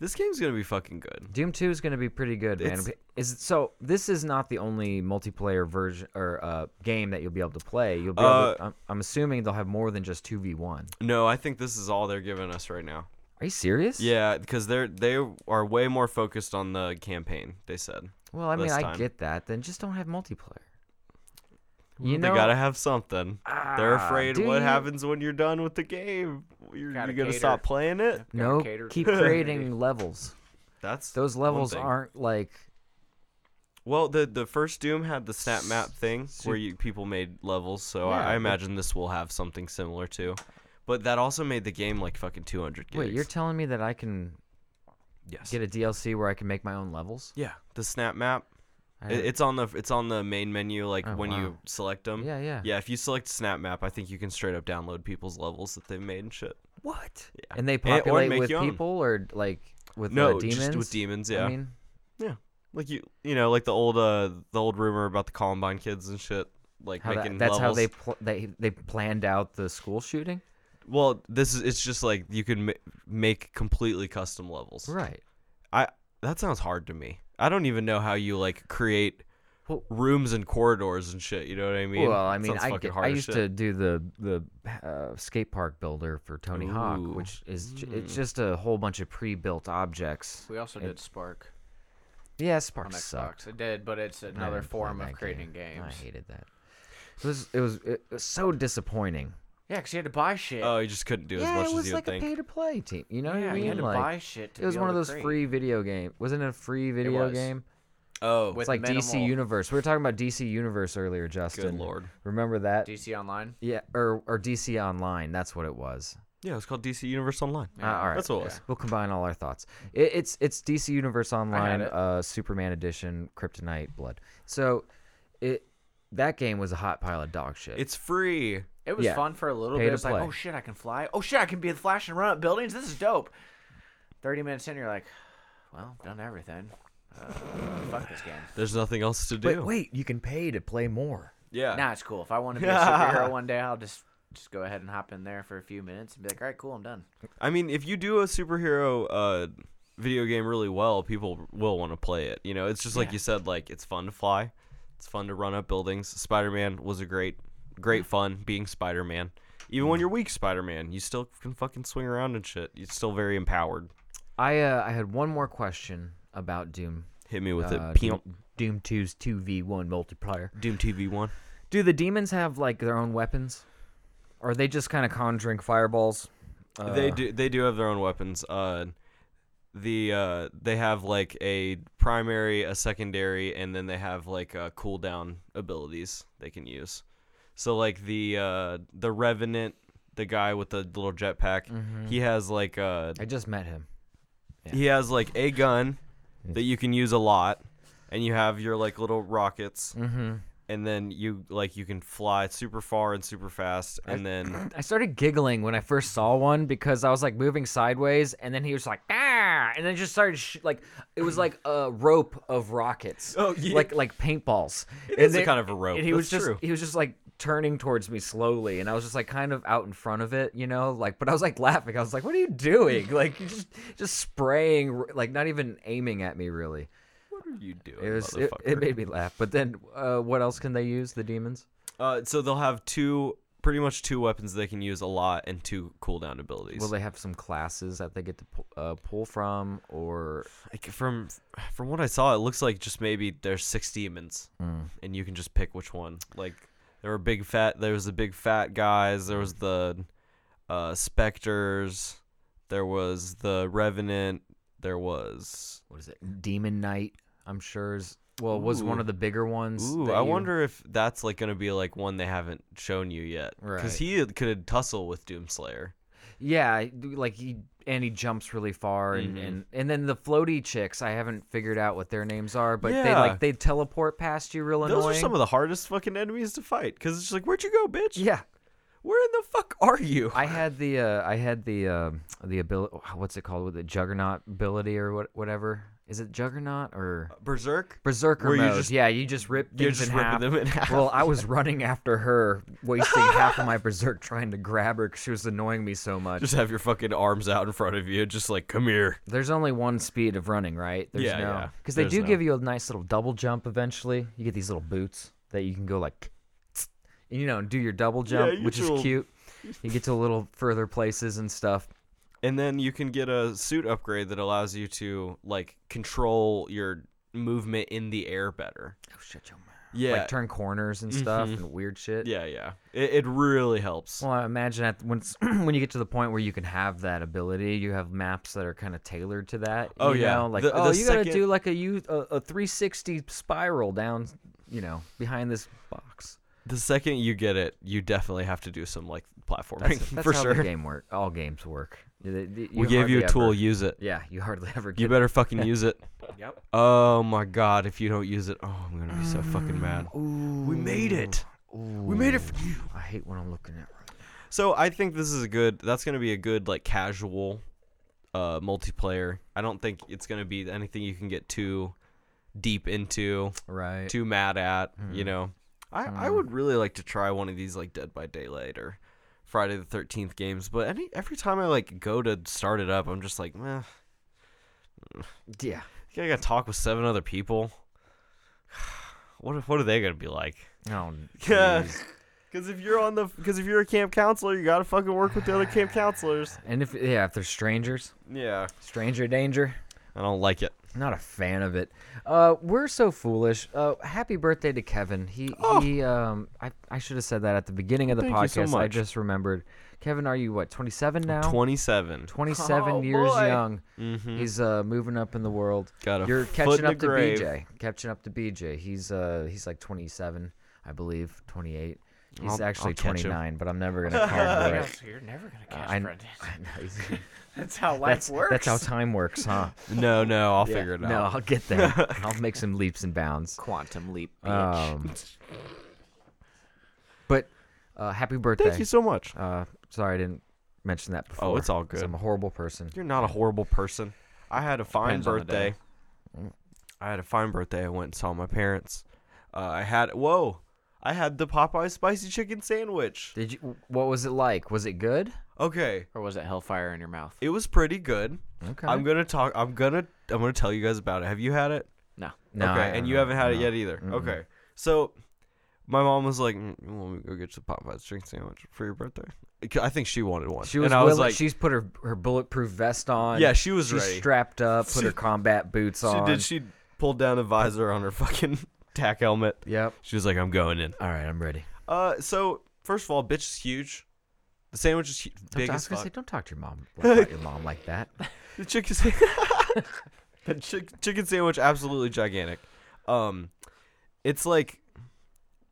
S3: This game's gonna be fucking good.
S1: Doom Two is going to be pretty good, man.
S3: It's-
S1: Is so? This is not the only multiplayer version or uh, game that you'll be able to play. You'll be.
S3: Uh,
S1: able to, I'm, I'm assuming they'll have more than just two v one.
S3: No, I think this is all they're giving us right now.
S1: Are you serious?
S3: Yeah, because they're they are way more focused on the campaign. They said.
S1: Well, I mean,
S3: this
S1: I
S3: time.
S1: get that. Then just don't have multiplayer. You
S3: Mm, they
S1: know,
S3: gotta have something. they're
S1: Ah,
S3: afraid
S1: do
S3: what
S1: you-
S3: happens when you're done with the game. You're, you're
S7: Gotta
S3: gonna
S7: cater.
S3: stop playing it.
S1: no,
S7: cater to
S1: keep
S7: the community.
S1: creating levels.
S3: That's
S1: Those
S3: one
S1: levels
S3: thing.
S1: aren't like
S3: Well, the the first Doom had the snap map thing where you people made levels, so
S1: Yeah,
S3: I, I
S1: but-
S3: imagine this will have something similar too. But that also made the game like fucking 200 gigs.
S1: Wait, you're telling me that I can
S3: Yes.
S1: get a DLC where I can make my own levels?
S3: yeah, the snap map.
S1: I
S3: It-
S1: don't-
S3: It's on the it's on the main menu like
S1: Oh,
S3: when you
S1: wow.
S3: select them.
S1: Yeah, yeah.
S3: Yeah, if you select snap map, I think you can straight up download people's levels that they've made and shit.
S1: What? And they
S3: And- or
S1: populate
S3: make
S1: with
S3: your own.
S1: people or like with uh,
S3: no,
S1: demons?
S3: just with demons,
S1: I
S3: yeah.
S1: mean,
S3: yeah. Like you you know, like the old uh the old rumor about the Columbine kids and shit like
S1: how that-
S3: making
S1: that's how
S3: levels.
S1: they pl- they they planned out the school shooting.
S3: Well, this is it's just like you can ma- make completely custom levels.
S1: Right.
S3: I that sounds hard to me. I don't even know how you like create
S1: Well-
S3: rooms and corridors and shit. You know what I mean?
S1: well, I mean,
S3: sounds
S1: I,
S3: fucking
S1: get-
S3: hard
S1: I
S3: as
S1: used
S3: shit.
S1: to do the the uh, skate park builder for Tony Hawk,
S3: Ooh.
S1: which is j- it's just a whole bunch of pre-built objects.
S7: We also
S1: It-
S7: did Spark
S1: yeah,
S7: on
S1: Spark
S7: Xbox.
S1: sucked.
S7: It did, but it's
S1: I
S7: another
S1: didn't play
S7: form of
S1: that
S7: creating
S1: game. I
S7: games.
S1: hated that. It was it was, it was so disappointing.
S7: Yeah, because you had to buy shit.
S3: Oh, you just couldn't do as
S1: yeah,
S3: much
S1: it
S3: as
S1: was
S3: you
S1: like
S3: would
S1: a
S3: think.
S1: pay-to-play team. You know what
S7: Yeah,
S1: I
S7: you
S1: mean?
S7: had to
S1: like,
S7: buy shit to
S1: it was
S7: be
S1: one of
S7: able to
S1: those
S7: create.
S1: free video game. Wasn't it a free video
S7: was.
S1: game?
S3: oh,
S7: with
S1: it's like DC
S7: minimal-
S1: Universe. We were talking about DC Universe earlier, Justin.
S3: lord.
S1: Remember that?
S7: DC Online.
S1: Yeah, or or DC Online. That's what it was.
S3: yeah, it's called DC Universe Online.
S1: Uh, all right.
S3: That's what it was.
S1: We'll combine all our thoughts. It, it's it's DC Universe Online,
S7: it.
S1: uh, Superman Edition, Kryptonite Blood. So, it that game was a hot pile of dog shit.
S3: It's free.
S7: It was
S1: Yeah.
S7: fun for a little
S1: Pay to
S7: bit. It was like,
S1: play.
S7: oh shit, I can fly. Oh shit, I can be the Flash and run up buildings. This is dope. Thirty minutes in, you're like, well, done everything. Uh, fuck this game.
S3: There's nothing else to do.
S1: wait, wait, you can pay to play more.
S3: Yeah.
S7: Nah, it's cool. If I want to be a superhero one day, I'll just just go ahead and hop in there for a few minutes and be like, all right, cool, I'm done.
S3: I mean, if you do a superhero uh, video game really well, people will want to play it. You know, it's just like you said, like it's fun to fly, it's fun to run up buildings. Spider Man was a great, great fun being Spider Man. Even when you're weak, Spider Man, you still can fucking swing around and shit. You're still very empowered.
S1: I uh, I had one more question about Doom.
S3: Hit me with
S1: uh,
S3: it. Pew.
S1: Doom, Doom 2's 2v1 multiplayer.
S3: Doom TV one.
S1: Do the demons have like their own weapons? Or are they just kind of conjuring fireballs?
S3: they
S1: Uh,
S3: do. They do have their own weapons. Uh, the uh, they have like a primary, a secondary, and then they have like uh, cooldown abilities they can use. So like the uh, the revenant, the guy with the little jetpack,
S1: Mm-hmm.
S3: he has like uh,
S1: I just met him.
S3: he has like a gun that you can use a lot, and you have your like little rockets.
S1: Mm-hmm.
S3: And then you like you can fly super far and super fast, and then
S1: I started giggling when I first saw one because I was like moving sideways, and then he was like ah, and then just started sh- like it was like a rope of rockets,
S3: Oh, yeah.
S1: like like paintballs. It
S3: is a kind of a rope.
S1: And he was just
S3: That's true.
S1: he was just like turning towards me slowly, and I was just like kind of out in front of it, you know, like. But I was like laughing. I was like, "What are you doing? Like you just just spraying, r- like not even aiming at me really."
S3: what are you doing?
S1: It was it,
S3: motherfucker?
S1: it made me laugh. But then, uh, what else can they use? The demons.
S3: Uh, so they'll have two, pretty much two weapons they can use a lot and two cooldown abilities.
S1: Will they have some classes that they get to pu- uh, pull from, or
S3: like from from what I saw, it looks like just maybe there's six demons,
S1: Mm.
S3: and you can just pick which one. Like there were big fat, there was the big fat guys, there was the uh, specters, there was the revenant, there was.
S1: what is it? Demon Knight, I'm sure is well was one
S3: Ooh.
S1: of the bigger ones.
S3: Ooh,
S1: that
S3: I
S1: you-
S3: wonder if that's like gonna be like one they haven't shown you yet,
S1: Right.
S3: because he could tussle with Doomslayer.
S1: Yeah, d- like he and he jumps really far, and
S3: Mm-hmm.
S2: Mhm.
S1: and, and then the floaty chicks. I haven't figured out what their names are, but they
S3: Yeah.
S1: like they teleport past you real
S3: Those
S1: annoying.
S3: are some of the hardest fucking enemies to fight because it's just like, where'd you go, bitch?
S1: Yeah.
S3: Where in the fuck are you?
S1: I had the uh, I had the uh, the ability. What's it called? With the juggernaut ability or what? Whatever. Is it juggernaut or
S3: berserk?
S1: Berserker
S3: Where you
S1: mode.
S3: just-
S1: yeah, you just rip
S3: you're
S1: things
S3: just
S1: in
S3: ripping
S1: half.
S3: them in half.
S1: Well, I was running after her, wasting half of my berserk trying to grab her because she was annoying me so much.
S3: Just have your fucking arms out in front of you, just like, come here.
S1: There's only one speed of running, right? There's
S3: Yeah,
S1: no
S3: yeah.
S1: Because they
S3: There's
S1: do
S3: no-
S1: give you a nice little double jump eventually. You get these little boots that you can go like, and you know, and do your double
S3: Yeah,
S1: jump,
S3: you
S1: which
S3: get
S1: is
S3: your little-
S1: cute. You get to a little further places and stuff.
S3: And then you can get a suit upgrade that allows you to like control your movement in the air better. Oh
S1: shit, your mouth.
S3: Yeah.
S1: Like turn corners and stuff
S3: Mhm.
S1: and weird shit.
S3: Yeah, yeah. It, it really helps.
S1: Well, I imagine at when it's, when you get to the point where you can have that ability, you have maps that are kind of tailored to that.
S3: Oh,
S1: you
S3: yeah.
S1: know? like
S3: The-
S1: oh,
S3: the
S1: you gotta do
S3: second-
S1: like a U, a, a 360 spiral down, you know, behind this box.
S3: The second you get it, you definitely have to do some like platforming
S1: That's, that's
S3: for
S1: how
S3: sure.
S1: the game work. All games work. You- you-
S3: we gave you
S1: hardly
S3: a tool,
S1: ever-
S3: use it.
S1: Yeah, you hardly ever. Get
S3: You better fucking use it.
S1: Yep.
S3: Oh my god, if you don't use it, oh, I'm gonna be so fucking mad.
S1: We
S3: made it. We made it for you.
S1: I hate when I'm looking at.
S3: So I think this is a good. That's gonna be a good like casual, uh, multiplayer. I don't think it's gonna be anything you can get too deep into,
S1: right?
S3: Too mad at, you
S5: Mm.
S3: know. I I
S5: Mm.
S3: would really like to try one of these like Dead by Daylight or Friday the Thirteenth games, but any every time I like go to start it up, I'm just like, meh.
S1: Yeah.
S3: I gotta talk with seven other people. What what are they gonna be like?
S1: Oh,
S3: yeah. Because if you're on the, because if you're a camp counselor, you gotta fucking work with the other camp counselors.
S1: And if yeah, if they're strangers.
S3: Yeah.
S1: Stranger danger.
S3: I don't like it.
S1: Not a fan of it. Uh, we're so foolish. Uh, happy birthday to Kevin. He he. Um, I I should have said that at the beginning of the
S3: Oh. Thank you so
S1: podcast. I
S3: much.
S1: just remembered. Kevin, are you what? Twenty seven
S3: Oh.
S1: now.
S3: 27.
S1: 27
S3: Oh,
S1: years
S3: boy.
S1: young.
S3: Mhm.
S1: He's uh, moving up in the world.
S3: Got a
S1: You're
S3: foot
S1: catching
S3: in the
S1: up to
S3: grave.
S1: BJ. Catching up to BJ. He's uh he's like 27, I believe, 28. He's
S3: I'll-
S1: actually
S3: I'll catch him.
S1: 29, but I'm never gonna call him. right.
S7: You're never gonna
S1: Uh,
S7: catch
S1: I-
S7: Brendan.
S1: I know, he's-
S7: That's how life
S1: that's, That's how
S7: works.
S1: time works, huh?
S3: No, no, I'll
S1: Yeah.
S3: figure it out.
S1: No, I'll get there. I'll make some leaps and bounds.
S7: Quantum leap.
S1: Um, but uh, happy birthday!
S3: Thank you so much.
S1: Uh, sorry I didn't mention that before.
S3: Oh, it's all
S1: 'cause
S3: good.
S1: I'm a horrible person.
S3: You're not a horrible person. I had a fine
S1: Depends on the
S3: birthday.
S1: day.
S3: I had a fine birthday. I went and saw my parents. Uh, I had whoa. I had the Popeye spicy chicken sandwich.
S1: Did you? What was it like? Was it good?
S3: Okay.
S7: Or was it hellfire in your mouth?
S3: It was pretty good.
S1: Okay.
S3: I'm gonna talk. I'm gonna. I'm gonna tell you guys about it. Have you had it?
S7: No.
S1: No, I-
S3: okay.
S1: I
S3: and you
S1: don't-
S3: haven't had it
S1: no.
S3: yet either.
S1: Mm-mm.
S3: Okay. So, my mom was like, mm, "You want me to go get you the Popeye chicken sandwich for your birthday?" I think she wanted one.
S1: She was,
S3: and I was
S1: willing-
S3: like,
S1: she's put her her bulletproof vest on.
S3: Yeah, she was
S1: she's
S3: ready.
S1: strapped up, put
S3: She-
S1: her combat boots on.
S3: She did. She pulled down a visor on her fucking tack helmet.
S1: Yep.
S3: She was like, "I'm going in."
S1: All right, I'm ready.
S3: Uh, so first of all, bitch is huge. The sandwich is hu- big
S1: I
S3: as
S1: was gonna
S3: fuck.
S1: say, don't talk to your mom about your mom like that.
S3: The chicken, sa- the chick- chicken sandwich, absolutely gigantic. Um, it's like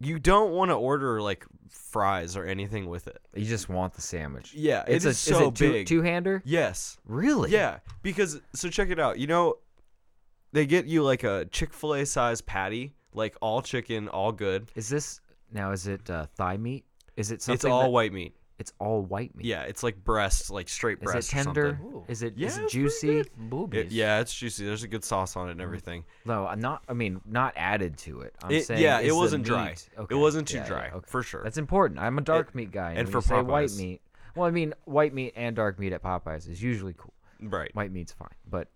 S3: you don't want to order like fries or anything with it.
S1: You just want the sandwich.
S3: Yeah,
S1: it's
S3: it's
S1: a,
S3: so
S1: is it
S3: big.
S1: Two hander?
S3: Yes.
S1: Really?
S3: Yeah, because so check it out. You know, they get you like a Chick Fil A size patty, like all chicken, all good.
S1: Is this now? Is it uh, thigh meat? Is it something?
S3: It's all
S1: that-
S3: white meat.
S1: It's all white meat.
S3: Yeah, it's like breast, like straight
S1: Is it
S3: breast. or
S1: tender?
S3: something.
S1: Is it is
S3: Yeah,
S1: it
S3: it's pretty
S1: juicy?
S3: It- yeah, it's juicy. There's a good sauce on
S1: Mm.
S3: it and everything.
S1: No, I'm not. I mean, not added to it. I'm
S3: It-
S1: saying,
S3: yeah,
S1: is
S3: it
S1: the
S3: wasn't dry.
S1: meat-
S3: It wasn't too dry, for sure.
S1: That's important. I'm a dark meat guy, and,
S3: and
S1: when
S3: for
S1: you say white
S3: Popeyes.
S1: meat. Well, I mean, white meat and dark meat at Popeyes is usually cool.
S3: Right.
S1: White meat's fine, but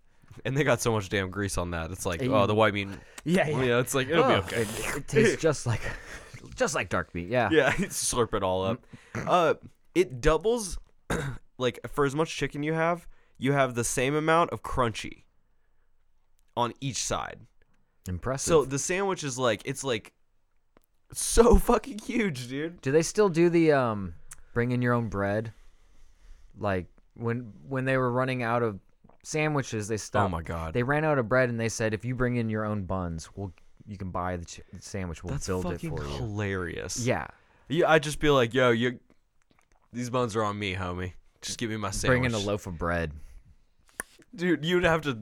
S3: And they got so much damn grease on that. It's like,
S1: Hey.
S3: oh, the white meat.
S1: Yeah, yeah.
S3: it's like it'll
S1: Oh,
S3: be okay.
S1: It, it tastes just like, just like dark meat. Yeah.
S3: yeah, slurp it all up. Uh, it doubles, like for as much chicken you have, you have the same amount of crunchy on each side.
S1: Impressive.
S3: So the sandwich is like it's like so fucking huge, dude.
S1: Do they still do the um bring in your own bread? Like when when they were running out of sandwiches, they stopped.
S3: Oh my God.
S1: They ran out of bread and they said, if you bring in your own buns, we'll you can buy the, ch- the sandwich. We'll
S3: That's
S1: build it
S3: fucking
S1: for you.
S3: hilarious.
S1: Yeah.
S3: Yeah, I'd just be like, yo, you. These buns are on me, homie. Just give me my sandwich.
S1: Bring in a loaf of bread.
S3: Dude, you'd have to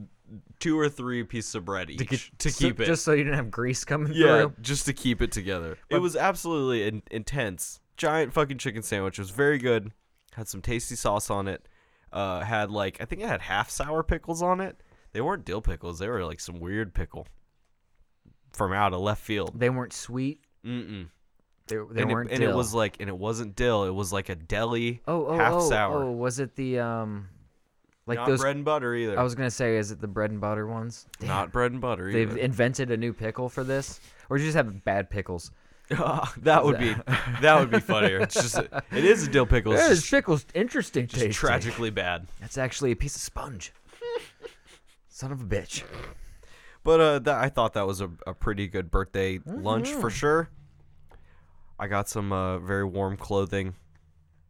S3: two or three pieces of bread each to,
S1: so-
S3: keep it.
S1: Just so you didn't have grease coming
S3: yeah,
S1: through.
S3: just to keep it together. it was absolutely in- intense. Giant fucking chicken sandwich. It was very good. Had some tasty sauce on it. Uh, had like I think it had half sour pickles on it. They weren't dill pickles. They were like some weird pickle from out of left field.
S1: They weren't sweet.
S3: Mm-mm.
S1: They, they
S3: and
S1: weren't
S3: it, and it
S1: dill.
S3: was like and it wasn't dill. It was like a deli
S1: Oh, oh,
S3: half
S1: oh,
S3: sour.
S1: oh, was it the um, like
S3: Not
S1: those
S3: bread and butter either.
S1: I was gonna say, is it the bread and butter ones? Damn,
S3: Not bread and butter
S1: They've
S3: either.
S1: invented a new pickle for this, or you just have bad pickles.
S3: Ah, that would be that would be funnier. It's just it is a dill pickle. It's
S1: That
S3: just
S1: is pickles interesting
S3: just
S1: tasting.
S3: tragically bad.
S1: That's actually a piece of sponge. Son of a bitch.
S3: But uh, that, I thought that was a, a pretty good birthday lunch for
S1: Mhm.
S3: sure. I got some uh, very warm clothing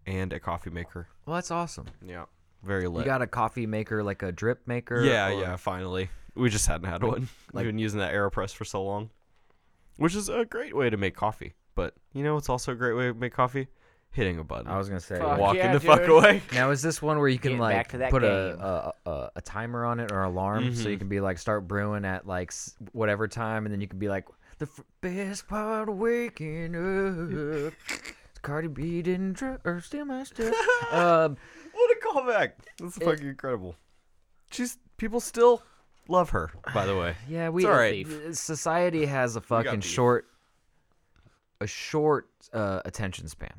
S3: and a coffee maker.
S1: Well, that's awesome.
S3: Yeah, very lit.
S1: You got a coffee maker, like a drip maker.
S3: yeah,
S1: or-
S3: yeah. Finally, we just hadn't had one.
S1: Like-
S3: We've been using that Aeropress for so long, which is a great way to make coffee. But you know, it's also a great way to make coffee. Hitting a button.
S1: I was gonna say
S3: Fuck walking yeah, the fuck dude. away.
S1: Now is this one where you can
S7: Getting back
S1: like
S7: to that
S1: put
S7: game.
S1: a, a, a a timer on it or alarm, so you
S3: Mhm.
S1: can be like start brewing at like s- whatever time, and then you can be like the f- best part of waking up. Cardi B didn't drip or steal my stuff. um,
S3: what a callback! That's
S1: it-
S3: fucking incredible. She's people still love her. By the way,
S1: Yeah,
S3: It's
S1: we. uh,
S3: all right.
S1: Society has a fucking
S3: beef.
S1: short, a short uh, attention span.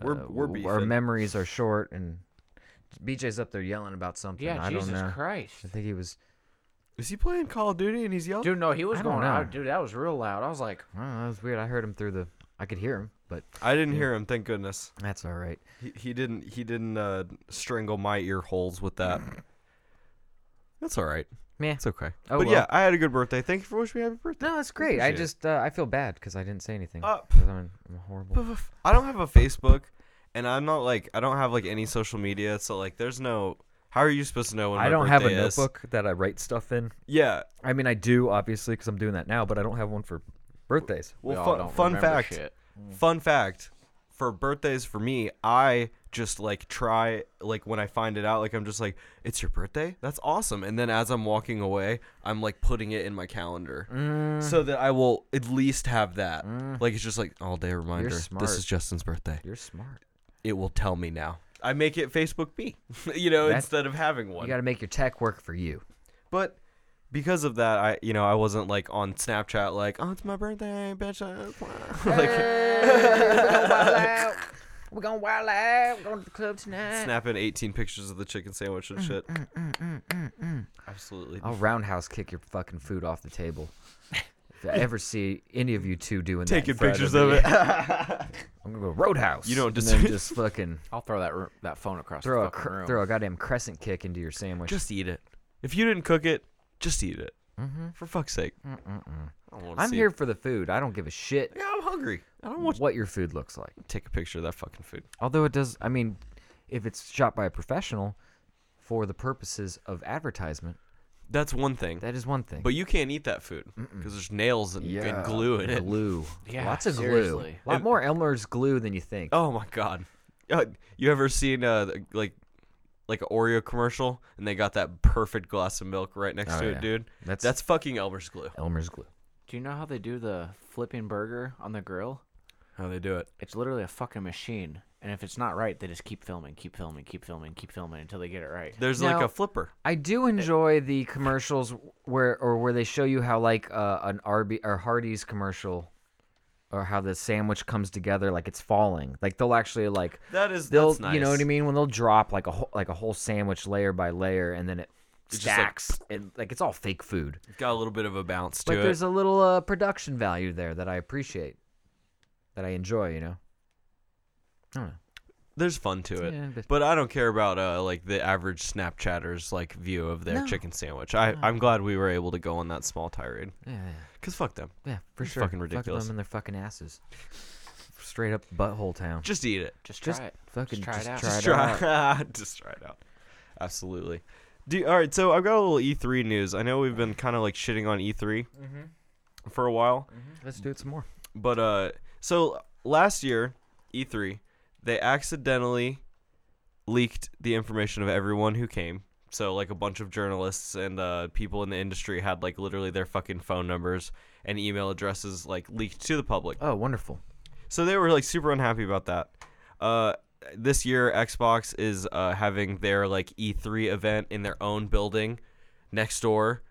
S3: We're-
S1: Uh,
S3: we're
S1: w- our
S3: beefing.
S1: memories are short, and BJ's up there yelling about something.
S7: Yeah,
S1: I
S7: Jesus
S1: don't know.
S7: Christ.
S1: I think he was.
S3: Is he playing Call of Duty and he's yelling?
S7: Dude, no, he was
S1: I don't
S7: going
S1: know.
S7: out. Dude, that was real loud. I was like,
S1: I don't know, that was weird. I heard him through the. I could hear him, but
S3: I didn't hear him. Thank goodness.
S1: that's all right.
S3: He, he didn't. He didn't uh, strangle my ear holes with that. That's all right.
S1: Meh.
S3: It's okay.
S1: Oh,
S3: but
S1: well.
S3: yeah, I had a good birthday. Thank you for wishing me happy birthday.
S1: No, that's great. I
S3: appreciate it.
S1: just uh, I feel bad because I didn't say anything.
S3: Uh,
S1: 'cause I'm, I'm horrible.
S3: I don't have a Facebook, and I'm not like I don't have like any social media. So like, there's no. How are you supposed to know when
S1: I
S3: my
S1: don't have a
S3: birthday is?
S1: notebook that I write stuff in.
S3: Yeah.
S1: I mean, I do obviously because I'm doing that now, but I don't have one for birthdays.
S3: Well,
S7: all
S3: fun,
S7: don't
S3: fun
S7: remember
S3: fact.
S7: shit.
S3: Fun fact. For birthdays, for me, I just like try like when I find it out, like I'm just like, it's your birthday. That's awesome. And then as I'm walking away, I'm like putting it in my calendar
S1: Mm.
S3: so that I will at least have that. Like it's just like all day reminder.
S1: smart.
S3: This is Justin's birthday.
S1: You're smart.
S3: It will tell me now. I make it Facebook me, you know,
S1: That's-
S3: instead of having
S1: You
S3: one.
S1: got to make your tech work for you.
S3: But because of that, I you know I wasn't like on Snapchat like oh it's my birthday, bitch. uh, like
S6: We're gonna wild out. We're going to the club
S1: Uh,
S6: tonight.
S3: snapping 18 pictures of the chicken sandwich
S1: mm,
S3: and shit. Absolutely.
S1: I'll roundhouse kick your fucking food off the table. If I ever see any of you two doing that,
S3: Taking
S1: in front
S3: pictures
S1: me,
S3: of it.
S1: I'm gonna go roadhouse.
S3: You don't
S1: and
S3: just-
S1: then just fucking
S7: I'll throw that ro- that phone across
S1: throw
S7: the
S1: a
S7: fucking
S1: cr-
S7: room.
S1: throw a goddamn crescent kick into your sandwich.
S3: just eat it. If you didn't cook it, just eat it.
S1: Mhm.
S3: For fuck's sake. I don't wanna
S1: mm. I'm
S3: see
S1: here
S3: It.
S1: for the food. I don't give a shit
S3: Yeah, I'm hungry. I don't want
S1: what your food looks like.
S3: to take a picture of that fucking food.
S1: Although it does, I mean, if it's shot by a professional for the purposes of advertisement,
S3: That's one thing.
S1: that Mm, is one thing.
S3: But you can't eat that food because there's nails and, and glue in it.
S1: Glue.
S7: Yeah,
S1: Lots of glue.
S7: seriously.
S1: A lot more Elmer's glue than you think.
S3: Oh my god. Uh, you ever seen uh the- like like an Oreo commercial and they got that perfect glass of milk right next
S1: Oh,
S3: to
S1: yeah.
S3: it, dude?
S1: That's-
S3: That's that's fucking Elmer's glue.
S1: Elmer's glue.
S7: Do you know how they do the flipping burger on the grill?
S3: How they do it.
S7: It's literally a fucking machine. And if it's not right, they just keep filming, keep filming, keep filming, keep filming until they get it right.
S3: There's like
S1: Now-
S3: a flipper.
S1: I
S3: Eh,
S1: do enjoy the commercials where or where they show you how like uh, an Arby or Hardee's commercial or how the sandwich comes together like it's falling. Like they'll actually like
S3: That is-
S1: they'll
S3: that's
S1: you know what I
S3: nice.
S1: mean when they'll drop like a whole, like a whole sandwich layer by layer and then it
S3: just like,
S1: stacks and like it's all fake food.
S3: Got a little bit of a bounce to
S1: But
S3: it.
S1: there's a little uh, production value there that I appreciate that I enjoy, you know. I don't know.
S3: There's fun to it.
S1: Yeah, but-
S3: but I don't care about uh like the average Snapchatter's like view of their
S1: No.
S3: chicken sandwich. I I'm glad we were able to go on that small tirade.
S1: Yeah, yeah,
S3: Cuz fuck them.
S1: yeah for
S3: It's
S1: sure.
S3: fucking ridiculous.
S1: Fuck them in their fucking asses. Straight up butthole town.
S3: Just eat it.
S7: Just try
S1: Just
S7: it.
S1: fucking
S7: just try
S1: just
S7: it out.
S1: try
S3: Just
S1: it out.
S3: try, just try it out. Absolutely. Do, all right, so I've got a little E3 news. I know we've been kind of like shitting on E3
S1: Mm-hmm.
S3: for a while,
S1: Let's do it some more.
S3: but uh, so last year E3 they E accidentally leaked the information of everyone who came. So like a bunch of journalists and uh, people in the industry had like literally their fucking phone numbers and email addresses like leaked to the public.
S1: Oh, wonderful.
S3: So they were like super unhappy about that. Uh, this year Xbox is uh, having their like E3 event in their own building next door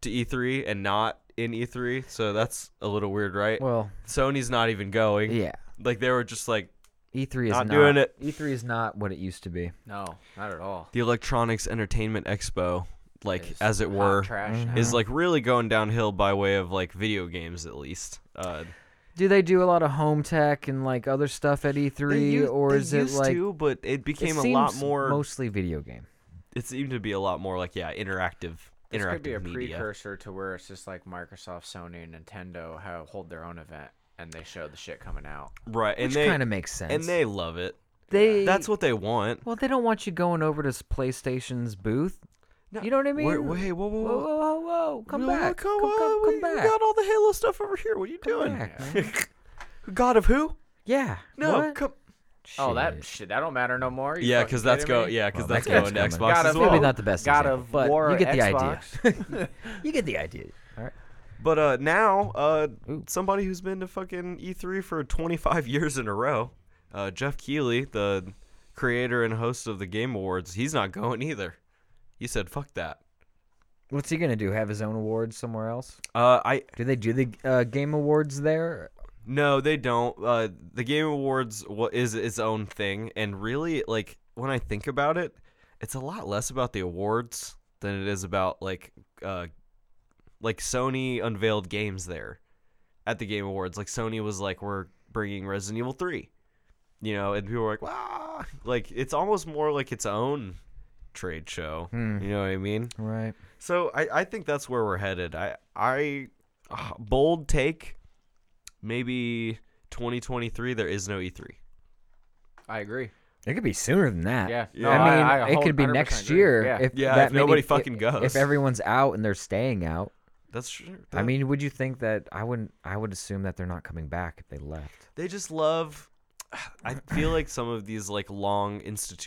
S3: to E3 and not in E3. So that's a little weird, right?
S1: Well-
S3: Sony's not even going.
S1: Yeah.
S3: Like they were just like
S1: E3 is
S3: E not doing it.
S1: E3 is not what it used to be.
S7: No, not at all.
S3: the Electronics Entertainment Expo, like
S7: Is
S3: as it
S7: hot
S3: were,
S7: trash
S3: is
S1: now.
S3: like really going downhill by way of like video games at least. Uh,
S1: Do they do a lot of home tech and like other stuff at E3,
S3: used-
S1: or
S3: they
S1: is it
S3: used
S1: like?
S3: to, but it became a lot
S1: seems
S3: more-
S1: mostly video game.
S3: it seemed to be a lot more like yeah, interactive,
S7: This
S3: interactive
S7: could be a
S3: media.
S7: precursor to where it's just like Microsoft, Sony, and Nintendo how hold their own event and they show the shit coming out.
S3: right, and
S1: Which
S3: they
S1: kinda makes
S3: and
S1: sense.
S3: they love it.
S1: They
S3: that's what they want.
S1: Well, they don't want you going over to s- PlayStation's booth. you know what I mean?
S3: Wait, wait, whoa, whoa,
S1: whoa, whoa, whoa, whoa, Come
S3: Really?
S1: back,
S3: Come
S1: come, come,
S3: on,
S1: come
S3: we- we
S1: back.
S3: got all the Halo stuff over here. What are you doing? God of who?
S1: Yeah.
S3: No,
S1: what?
S3: come.
S7: Oh, that shit, that don't matter no more. You
S3: Yeah,
S7: fucking
S3: 'cause that's
S7: kidding
S3: go-
S7: me?
S3: yeah, 'cause Well, that's that game's going to coming. Xbox
S7: God
S3: as
S7: of-
S3: well.
S1: Maybe not the best
S7: God
S1: example,
S7: of
S1: but
S7: War
S1: you get the
S7: Xbox.
S1: idea. you get the idea. All right.
S3: But uh, now, uh, somebody who's been to fucking E3 for 25 years in a row, uh, Jeff Keighley, the creator and host of the Game Awards, he's not going either. He said, "Fuck that."
S1: What's he gonna do? Have his own awards somewhere else?
S3: Uh, I
S1: do they do the uh, game awards there?
S3: No, they don't. Uh, the Game Awards wa- is its own thing, and really, like when I think about it, it's a lot less about the awards than it is about like, uh, like Sony unveiled games there at the Game Awards. Like Sony was like, "We're bringing Resident Evil 3," you know, and people were like, "Wow!" Like it's almost more like its own trade show.
S1: Hmm.
S3: You know what I mean?
S1: Right.
S3: So I, I think that's where we're headed. I I uh, bold take maybe 2023 there is no E E3.
S7: I agree.
S1: It could be sooner than that.
S7: Yeah.
S3: Yeah.
S1: I mean,
S7: I- I
S1: it could be
S7: 100%
S1: next
S7: agree.
S1: year
S7: Yeah.
S1: if
S3: Yeah,
S1: that
S3: if nobody
S1: many-
S3: fucking
S1: if-
S3: goes.
S1: If everyone's out and they're staying out.
S3: That's true.
S1: I mean, would you think that I wouldn't? I would assume that they're not coming back if they left.
S3: They just love I feel like some of these like long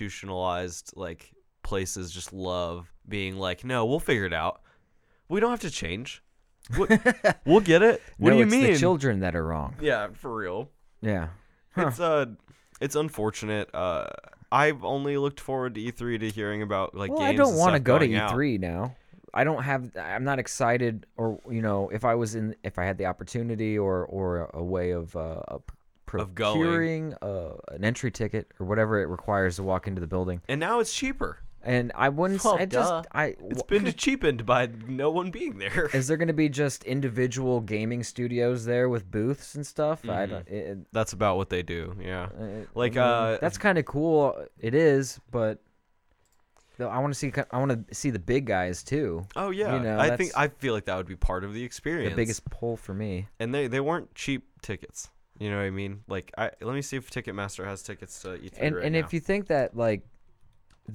S3: institutionalized like places just love being like, "No, we'll figure it out. We don't have to change. What, we'll get it." What
S1: no,
S3: do you
S1: it's
S3: mean?
S1: The children that are wrong.
S3: Yeah, for real.
S1: Yeah.
S3: It's uh it's unfortunate. Uh I've only looked forward to E3 to hearing about like
S1: well,
S3: games
S1: I don't want
S3: want
S1: to go to E E3 now. I don't have. I'm not excited, or you know, if I was in, if I had the opportunity or or a way of uh, a p-
S3: Of going.
S1: procuring uh, an entry ticket or whatever it requires to walk into the building.
S3: And now it's cheaper.
S1: And I wouldn't. s-
S3: Well,
S1: I
S3: duh.
S1: just. I.
S3: It's been cheapened by no one being there.
S1: Is there going to be just individual gaming studios there with booths and stuff? I
S3: Mhm.
S1: don't. It,
S3: That's about what they do. Yeah.
S1: it-
S3: Like
S1: I mean,
S3: uh
S1: that's kind of cool. It is, but though I want to see. ki- I want to see the big guys too.
S3: Oh yeah.
S1: you know,
S3: I think
S1: that's
S3: I feel like that would be part of the experience.
S1: the biggest pull for me.
S3: And they they weren't cheap tickets. You know what I mean? Like I let me see if Ticketmaster has tickets to E3
S1: and
S3: right
S1: and
S3: now.
S1: if you think that like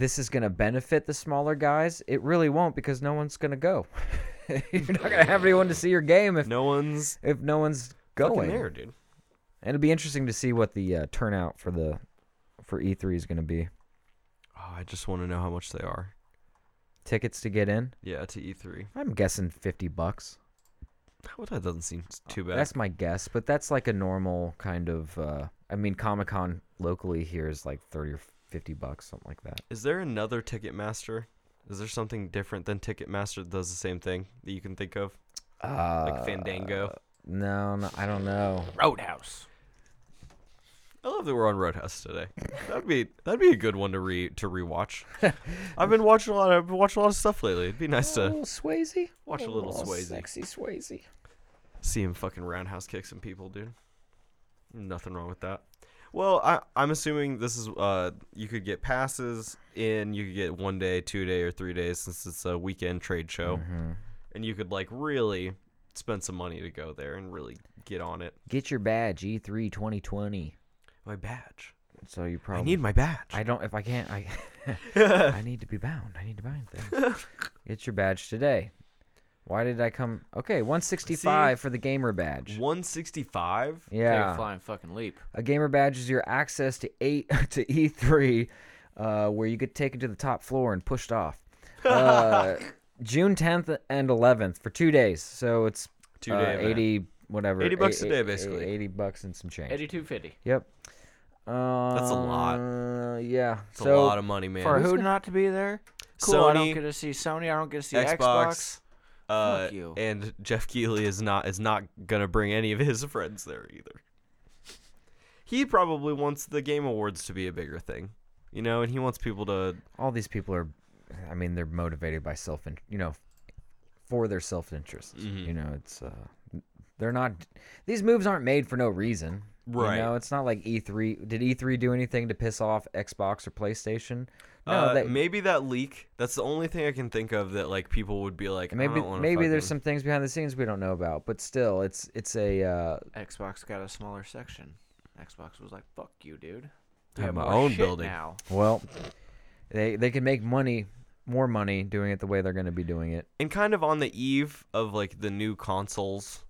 S1: this is gonna benefit the smaller guys, it really won't because no one's gonna go. You're not gonna have anyone to see your game if
S3: no one's
S1: if no one's
S3: Fucking
S1: going
S3: there, dude.
S1: And it'll be interesting to see what the uh, turnout for the for E3 is gonna be.
S3: Oh, I just want to know how much they are.
S1: Tickets to get in,
S3: Yeah, to E E3.
S1: I'm guessing fifty bucks.
S3: Well, that doesn't seem s- too bad.
S1: That's my guess, but that's like a normal kind of. Uh, I mean, Comic Con locally here is like thirty or fifty bucks, something like that.
S3: Is there another Ticketmaster? Is there something different than Ticketmaster that does the same thing that you can think of? like Fandango.
S1: No, no, I don't know.
S7: Roadhouse.
S3: I love that we're on Roadhouse today. That'd be that'd be a good one to re to rewatch. I've been watching a lot. I've been watching a lot of stuff lately. It'd be nice
S1: A
S3: to
S1: little Swayze.
S3: Watch a little Swayze.
S1: Sexy Swayze.
S3: see him fucking roundhouse kick some people, dude. Nothing wrong with that. Well, I, I'm assuming this is uh you could get passes in. You could get one day, two day, or three days since it's a weekend trade show,
S1: Mhm.
S3: and you could like really spend some money to go there and really get on it.
S1: Get your badge, E E3 2020.
S3: My badge.
S1: So you probably
S3: need my badge.
S1: Um, I don't. If I can't, I I need to be bound. I need to bind things. Get your badge today. Why did I come? Okay, 165 for the gamer badge.
S3: 165.
S1: Yeah.
S7: Take a flying fucking leap.
S1: A gamer badge is your access to eight to E3 E uh, where you get taken to the top floor and pushed off. Uh, June 10th and 11th for two days. So it's
S3: Two
S1: uh,
S3: day event.
S1: 80 whatever.
S3: 80 bucks
S1: eight-
S3: a day,
S1: eight-
S3: basically.
S1: 80 bucks and some change.
S7: 82.50.
S1: Yep. Uh,
S3: That's a lot.
S1: Yeah.
S3: It's a
S1: so
S3: lot of money, man.
S7: For
S3: Who's
S7: who
S3: gonna-
S7: not to be there? Cool. I don't get to see Sony. I don't get to see Xbox.
S3: Uh,
S7: Fuck you.
S3: And Jeff Keighley is not is not gonna bring any of his friends there either. He probably wants the Game Awards to be a bigger thing, you know, and he wants people to.
S1: All these people are, I mean, they're motivated by self, in, you know, for their self interest.
S3: Mm-hmm.
S1: You know, it's, uh, they're not, these moves aren't made for no reason.
S3: Right.
S1: You know, it's not like E3. Did E3 do anything to piss off Xbox or PlayStation? No,
S3: uh,
S1: they,
S3: maybe that leak. That's the only thing I can think of that like people would be like. I
S1: maybe
S3: don't wanna
S1: maybe there's
S3: fucking-
S1: some things behind the scenes we don't know about, but still, it's it's a uh,
S7: Xbox got a smaller section. Xbox was like, "Fuck you, dude."
S1: I have
S7: We have
S1: my
S7: more
S1: own
S7: shit
S1: building.
S7: now.
S1: Well, they they can make money, more money doing it the way they're going to be doing it.
S3: and kind of on the eve of like the new consoles,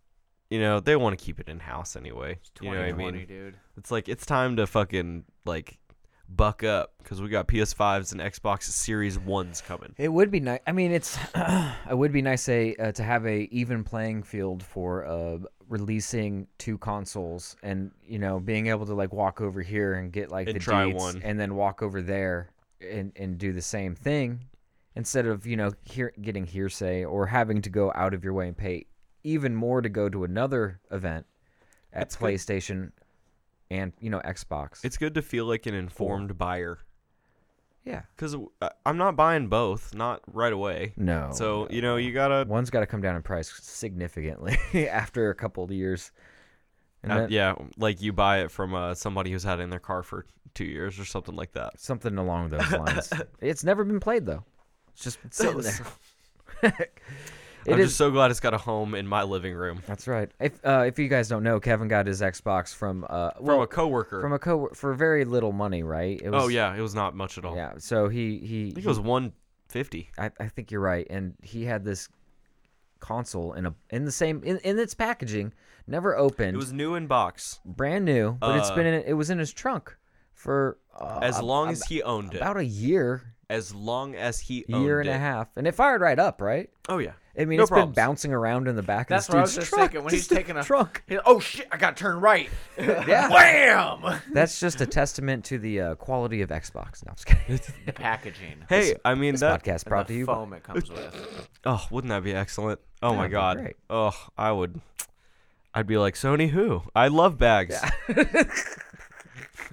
S3: you know, they want to keep it in house anyway. you know what I
S7: 2020,
S3: mean?
S7: dude.
S3: It's like it's time to fucking like buck up because we got PS5s and Xbox Series Ones coming.
S1: It would be nice. I mean, it's it would be nice a, uh, to have a even playing field for uh, releasing two consoles, and you know, being able to like walk over here and get like
S3: And
S1: the
S3: try
S1: deets
S3: one.
S1: and then walk over there and and do the same thing instead of you know hear, getting hearsay or having to go out of your way and pay even more to go to another event at
S3: It's good.
S1: PlayStation and you know Xbox.
S3: It's good to feel like an informed buyer.
S1: Yeah.
S3: because I'm not buying both, not right away.
S1: No.
S3: So you know you gotta.
S1: One's got to come down in price significantly after a couple of years. And
S3: uh,
S1: that-
S3: yeah, like you buy it from uh, somebody who's had it in their car for two years or something like that.
S1: Something along those lines. it's never been played though. It's just been sitting
S3: So-
S1: there. It
S3: I'm
S1: is-
S3: just so glad it's got a home in my living room.
S1: That's right. If uh, if you guys don't know, Kevin got his Xbox from uh well,
S3: a coworker.
S1: from a co for very little money, right? It
S3: oh yeah, it was not much at all.
S1: Yeah. So he he
S3: I think it was 150.
S1: I, I think you're right. And he had this console in a in the same in, in its packaging, never opened.
S3: It was new in box.
S1: brand new, but it's
S3: Uh,
S1: been in, it was in his trunk for uh,
S3: As
S1: ab-
S3: long
S1: ab-
S3: as he owned it.
S1: about a year,
S3: As long as he owned
S1: year and
S3: it.
S1: a half, and it fired right up, right?
S3: Oh yeah.
S1: I mean,
S3: No
S1: it's
S3: problems.
S1: been bouncing around in the back
S7: That's
S1: of
S7: what I
S1: this
S7: was
S1: dude's
S7: just
S1: truck.
S7: thinking when he's
S1: just a
S7: taking a
S1: trunk.
S7: he- oh shit! I got to turn right.
S1: Yeah.
S7: Wham!
S1: That's just a testament to the uh, quality of Xbox. No, I'm just kidding.
S7: The packaging.
S3: Hey, I mean
S1: this
S3: that
S1: podcast
S7: and
S1: brought
S7: the
S1: to you. by-
S7: foam it comes with.
S3: Oh, wouldn't that be excellent? Oh
S1: That'd
S3: my
S1: be
S3: god.
S1: great.
S3: Oh, I would. I'd be like Sony. Who? I love bags.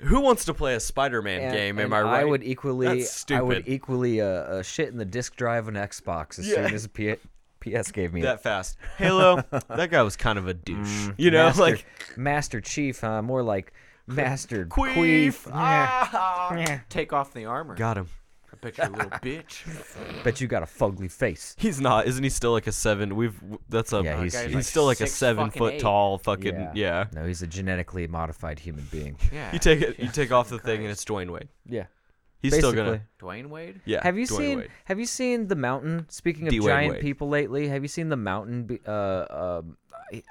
S3: who wants to play a Spider-Man
S1: And-
S3: game?
S1: and
S3: am I right?
S1: I would equally.
S3: That's stupid.
S1: I would equally uh, uh, shit in the disk drive on Xbox as
S3: Yeah.
S1: soon as P- PS gave me
S3: that
S1: it. Mm,
S3: fast. Halo. that guy was kind of a douche. you know,
S1: Master,
S3: like
S1: Master Chief, huh? More like Master Queef.
S3: queef.
S1: Yeah.
S3: Ah!
S7: Take off the armor.
S3: Got him.
S7: I bet you're a little bitch.
S1: Bet you got a fugly face.
S3: He's not. Isn't he still like a seven? We've. That's a.
S1: Yeah,
S3: he's,
S1: he's
S7: guy's
S1: huge.
S7: like
S3: still like a
S7: six
S3: seven
S7: fucking
S3: foot
S7: eight.
S3: tall fucking. Yeah.
S1: No, he's a genetically modified human being.
S7: Yeah.
S3: You take it. You take off the thing and it's Dwayne Wade.
S1: Yeah.
S3: He's still gonna.
S7: Dwayne Wade.
S3: Yeah.
S1: have you
S3: Dwayne
S1: seen
S3: Wade.
S1: Have you seen the mountain? Speaking of
S3: Dwayne
S1: giant
S3: Wade.
S1: people lately, have you seen the mountain? be- Uh, uh,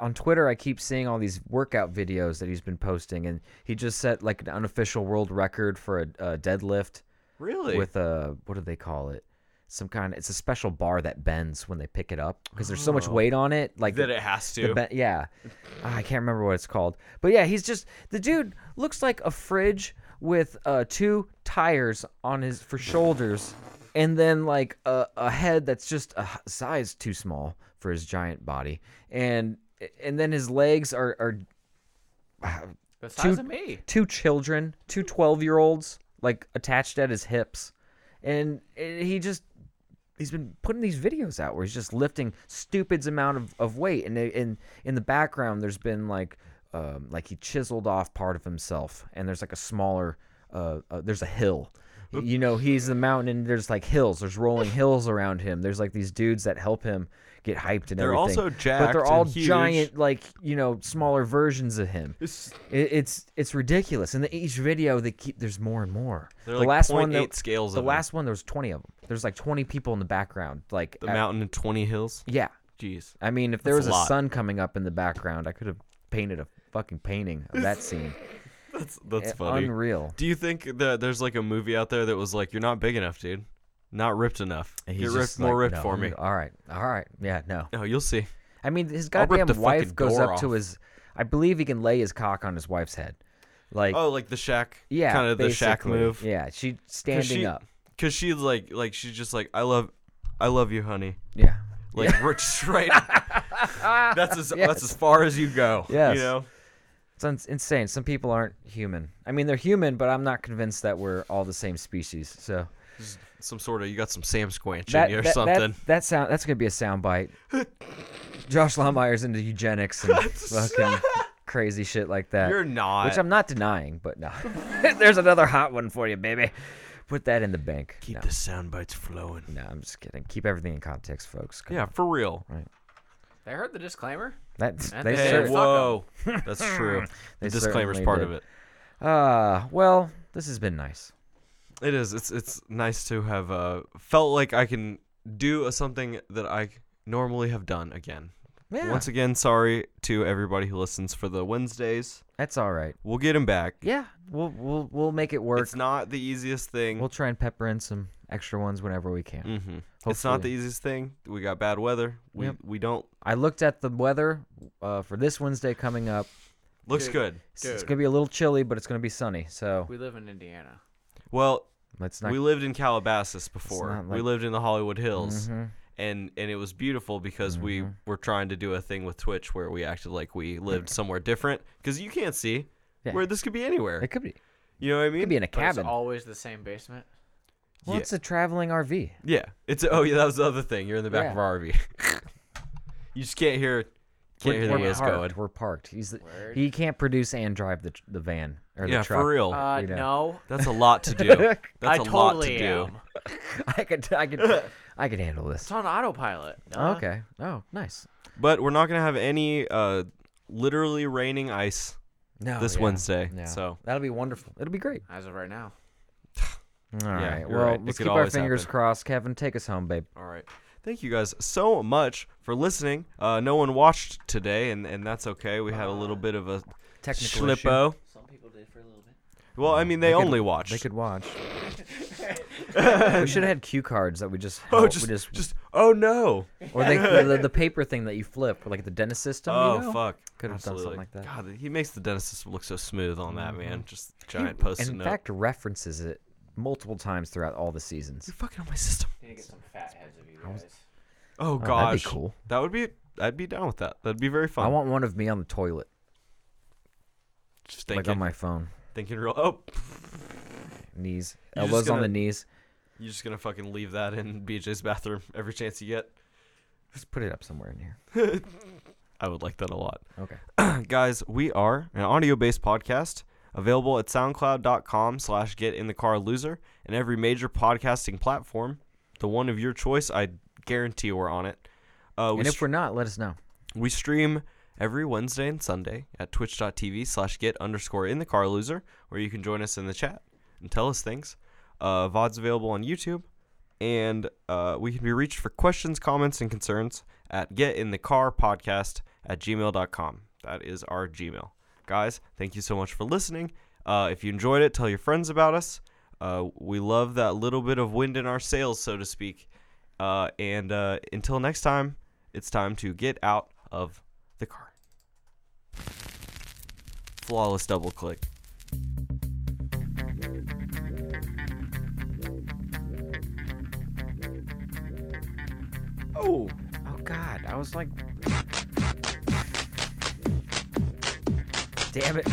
S1: on Twitter, I keep seeing all these workout videos that he's been posting, and he just set like an unofficial world record for a, a deadlift.
S3: Really?
S1: With a what do they call it? Some kind. It's a special bar that bends when they pick it up because there's so
S3: Oh.
S1: much weight on it. Like
S3: That it has
S1: the
S3: to.
S1: be- yeah, Ah, I can't remember what it's called. But yeah, he's just the dude looks like a fridge with uh, two tires on his for shoulders, and then like a, a head that's just a h- size too small for his giant body, and and then his legs are are
S7: The size
S1: two
S7: of me.
S1: two children, two 12 year olds like attached at his hips, and eh, he just he's been putting these videos out where he's just lifting stupid amount of, of weight and they- in in the background there's been like um, like he chiseled off part of himself and there's like a smaller uh, uh there's a hill you know he's the mountain and there's like hills there's rolling hills around him there's like these dudes that help him get hyped and
S3: They're
S1: everything
S3: also
S1: but
S3: jacked
S1: they're all
S3: and huge.
S1: giant like you know smaller versions of him
S3: It's-
S1: it, it's it's ridiculous and the, each video they keep there's more and more
S3: They're
S1: the
S3: like
S1: last one that,
S3: 0.8 scales
S1: the
S3: of 'em.
S1: last one there was 20 of them there's like 20 people in the background like
S3: The
S1: at-
S3: mountain and twenty hills.
S1: yeah.
S3: Jeez.
S1: I mean, if there was
S3: That's a
S1: a,
S3: lot.
S1: sun coming up in the background, I could have painted a fucking painting of that scene. Eh,
S3: That's that's funny.
S1: Unreal.
S3: Do you think that there's like a movie out there that was like, "You're not big enough, dude. Not ripped enough.
S1: And
S3: Get
S1: he's
S3: ripped
S1: just
S3: more
S1: like,
S3: ripped
S1: "No,
S3: for me."
S1: All right, all right, yeah, no.
S3: No, you'll see.
S1: I mean, his
S3: I'll rip
S1: goddamn
S3: the fucking
S1: wife goes
S3: door
S1: up to
S3: off.
S1: his. I believe he can lay his cock on his wife's head, like
S3: oh, like the shack.
S1: yeah,
S3: kind of the shack
S1: basically.
S3: move.
S1: Yeah, she standing
S3: Cause she,
S1: up.
S3: Cause she's like, like she's just like, I love, I love you, honey.
S1: Yeah.
S3: Like
S1: Yeah.
S3: rich straight. that's as
S1: Yes.
S3: that's as far as you go.
S1: Yes.
S3: You know.
S1: It's un- insane. Some people aren't human. I mean, they're human, but I'm not convinced that we're all the same species. So
S3: Just Some sort of you got some Sam Squanch in you or
S1: that,
S3: something.
S1: That, that sound that's gonna be a soundbite. Josh Longmire's into eugenics and fucking crazy shit like that.
S3: You're not.
S1: which I'm not denying, but no. There's another hot one for you, baby. Put that in the bank.
S3: Keep
S1: No.
S3: the sound bites flowing.
S1: No, I'm just kidding. Keep everything in context, folks. Come
S3: Yeah,
S1: on.
S3: for real.
S1: Right.
S7: They heard the disclaimer.
S1: That's
S7: And
S1: they
S7: they
S1: cer-
S7: said,
S3: Whoa,
S7: "Fuck 'em."
S3: that's true.
S1: They
S3: The disclaimer's
S1: certainly
S3: part
S1: did.
S3: of it.
S1: Uh, well, this has been nice.
S3: It is. It's it's nice to have uh, felt like I can do a, something that I normally have done again.
S1: Yeah.
S3: Once again, sorry to everybody who listens for the Wednesdays.
S1: That's all right.
S3: We'll get him back.
S1: Yeah, we'll we'll we'll make it work.
S3: It's not the easiest thing.
S1: We'll try and pepper in some extra ones whenever we can.
S3: hmm It's not the
S1: Hopefully.
S3: easiest thing. We got bad weather. We
S1: Yep.
S3: we don't.
S1: I looked at the weather uh, for this Wednesday coming up.
S3: Looks good.
S1: It's, it's gonna be a little chilly, but it's gonna be sunny. So
S7: We live in Indiana.
S3: Well,
S1: Let's not-
S3: we lived in Calabasas before.
S1: not
S3: we
S1: like-
S3: lived in the Hollywood Hills,
S1: Mhm.
S3: and and it was beautiful because we
S1: Mm-hmm.
S3: were trying to do a thing with Twitch where we acted like we lived somewhere different because you can't see
S1: Yeah.
S3: where this could be anywhere.
S1: it could be.
S3: You know what I mean?
S1: Could be in a
S7: But it's
S1: cabin.
S7: always the same basement.
S1: well,
S3: yeah.
S1: it's a traveling RV.
S3: yeah. It's oh yeah. That was the other thing. You're in the back of
S1: Yeah.
S3: our RV. you just can't hear. Can't
S1: We're-
S3: hear the
S1: we're
S3: way it's
S1: parked.
S3: going.
S1: We're parked. He's the,
S7: Word.
S1: he can't produce and drive the tr- the van or
S3: Yeah,
S1: the
S3: for
S1: truck.
S3: real.
S7: Uh,
S1: you know.
S7: no.
S3: That's a lot to do. Oh, That's a
S7: I
S3: lot to
S7: totally
S3: do.
S7: am.
S1: I could I could I could handle this.
S7: It's on autopilot.
S1: Oh,
S7: Uh,
S1: okay. Oh, nice.
S3: But we're not gonna have any uh literally raining ice
S1: No,
S3: this
S1: Oh, yeah,
S3: Wednesday.
S1: yeah.
S3: So
S1: that'll be wonderful. It'll be great.
S7: As of right now.
S1: All
S3: Yeah,
S1: right.
S3: you're
S1: Well,
S3: right. It
S1: let's
S3: could
S1: keep our
S3: always
S1: fingers
S3: happen.
S1: crossed. Kevin, take us home, babe.
S3: all right. Thank you guys so much for listening. Uh, no one watched today, and, and that's okay. We had a little bit of a
S1: Technical issue.
S3: schlippo.
S7: Some people did for a little bit.
S3: Well, I mean, they, only watched.
S1: They could watch. we should have had cue cards that we just
S3: Oh,
S1: held-
S3: just,
S1: we
S3: just oh no.
S1: or they, the, the paper thing that you flip, like the dentist system. you
S3: Oh
S1: know?
S3: fuck!
S1: Could have done
S3: Absolutely.
S1: something like that. Mm-hmm.
S3: God, he makes the dentist look so smooth on that man. Just
S1: He-
S3: giant post-it
S1: and in
S3: note.
S1: fact, references it multiple times throughout all the seasons.
S3: You're fucking on my system.
S7: Need to get some fat heads of you guys.
S3: Oh
S1: that'd be
S3: gosh,
S1: cool.
S3: That would be. I'd be down with that. That'd be very fun.
S1: I want one of me on the toilet,
S3: just
S1: like
S3: thinking,
S1: on my phone,
S3: thinking real. Oh,
S1: knees,
S3: You're just
S1: elbows on the
S3: gonna-
S1: knees.
S3: You just gonna fucking leave that in BJ's bathroom every chance you get?
S1: Just put it up somewhere in here.
S3: I would like that a lot.
S1: Okay.
S3: Guys, we are an audio-based podcast available at soundcloud.com slash get in the car loser and every major podcasting platform, the one of your choice, I guarantee we're on it. Uh, we
S1: and if
S3: str-
S1: we're not, let us know.
S3: We stream every Wednesday and Sunday at twitch.tv slash get underscore in the car loser, where you can join us in the chat and tell us things. Uh, VOD's available on YouTube, and uh, we can be reached for questions, comments, and concerns at get in the car podcast at gmail.com. That is our Gmail. Guys, thank you so much for listening. Uh, if you enjoyed it, tell your friends about us. Uh, we love that little bit of wind in our sails, so to speak. Uh, and uh, until next time, it's time to get out of the car. Flawless double click.
S1: Oh. Oh God, I was like. Damn it.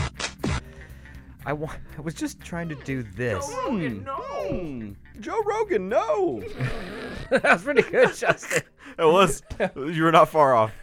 S1: I, wa- I was just trying to do this.
S4: Oh,
S9: hmm,
S3: No, Joe Rogan, no.
S1: that was pretty good, Justin.
S3: It was. You were not far off.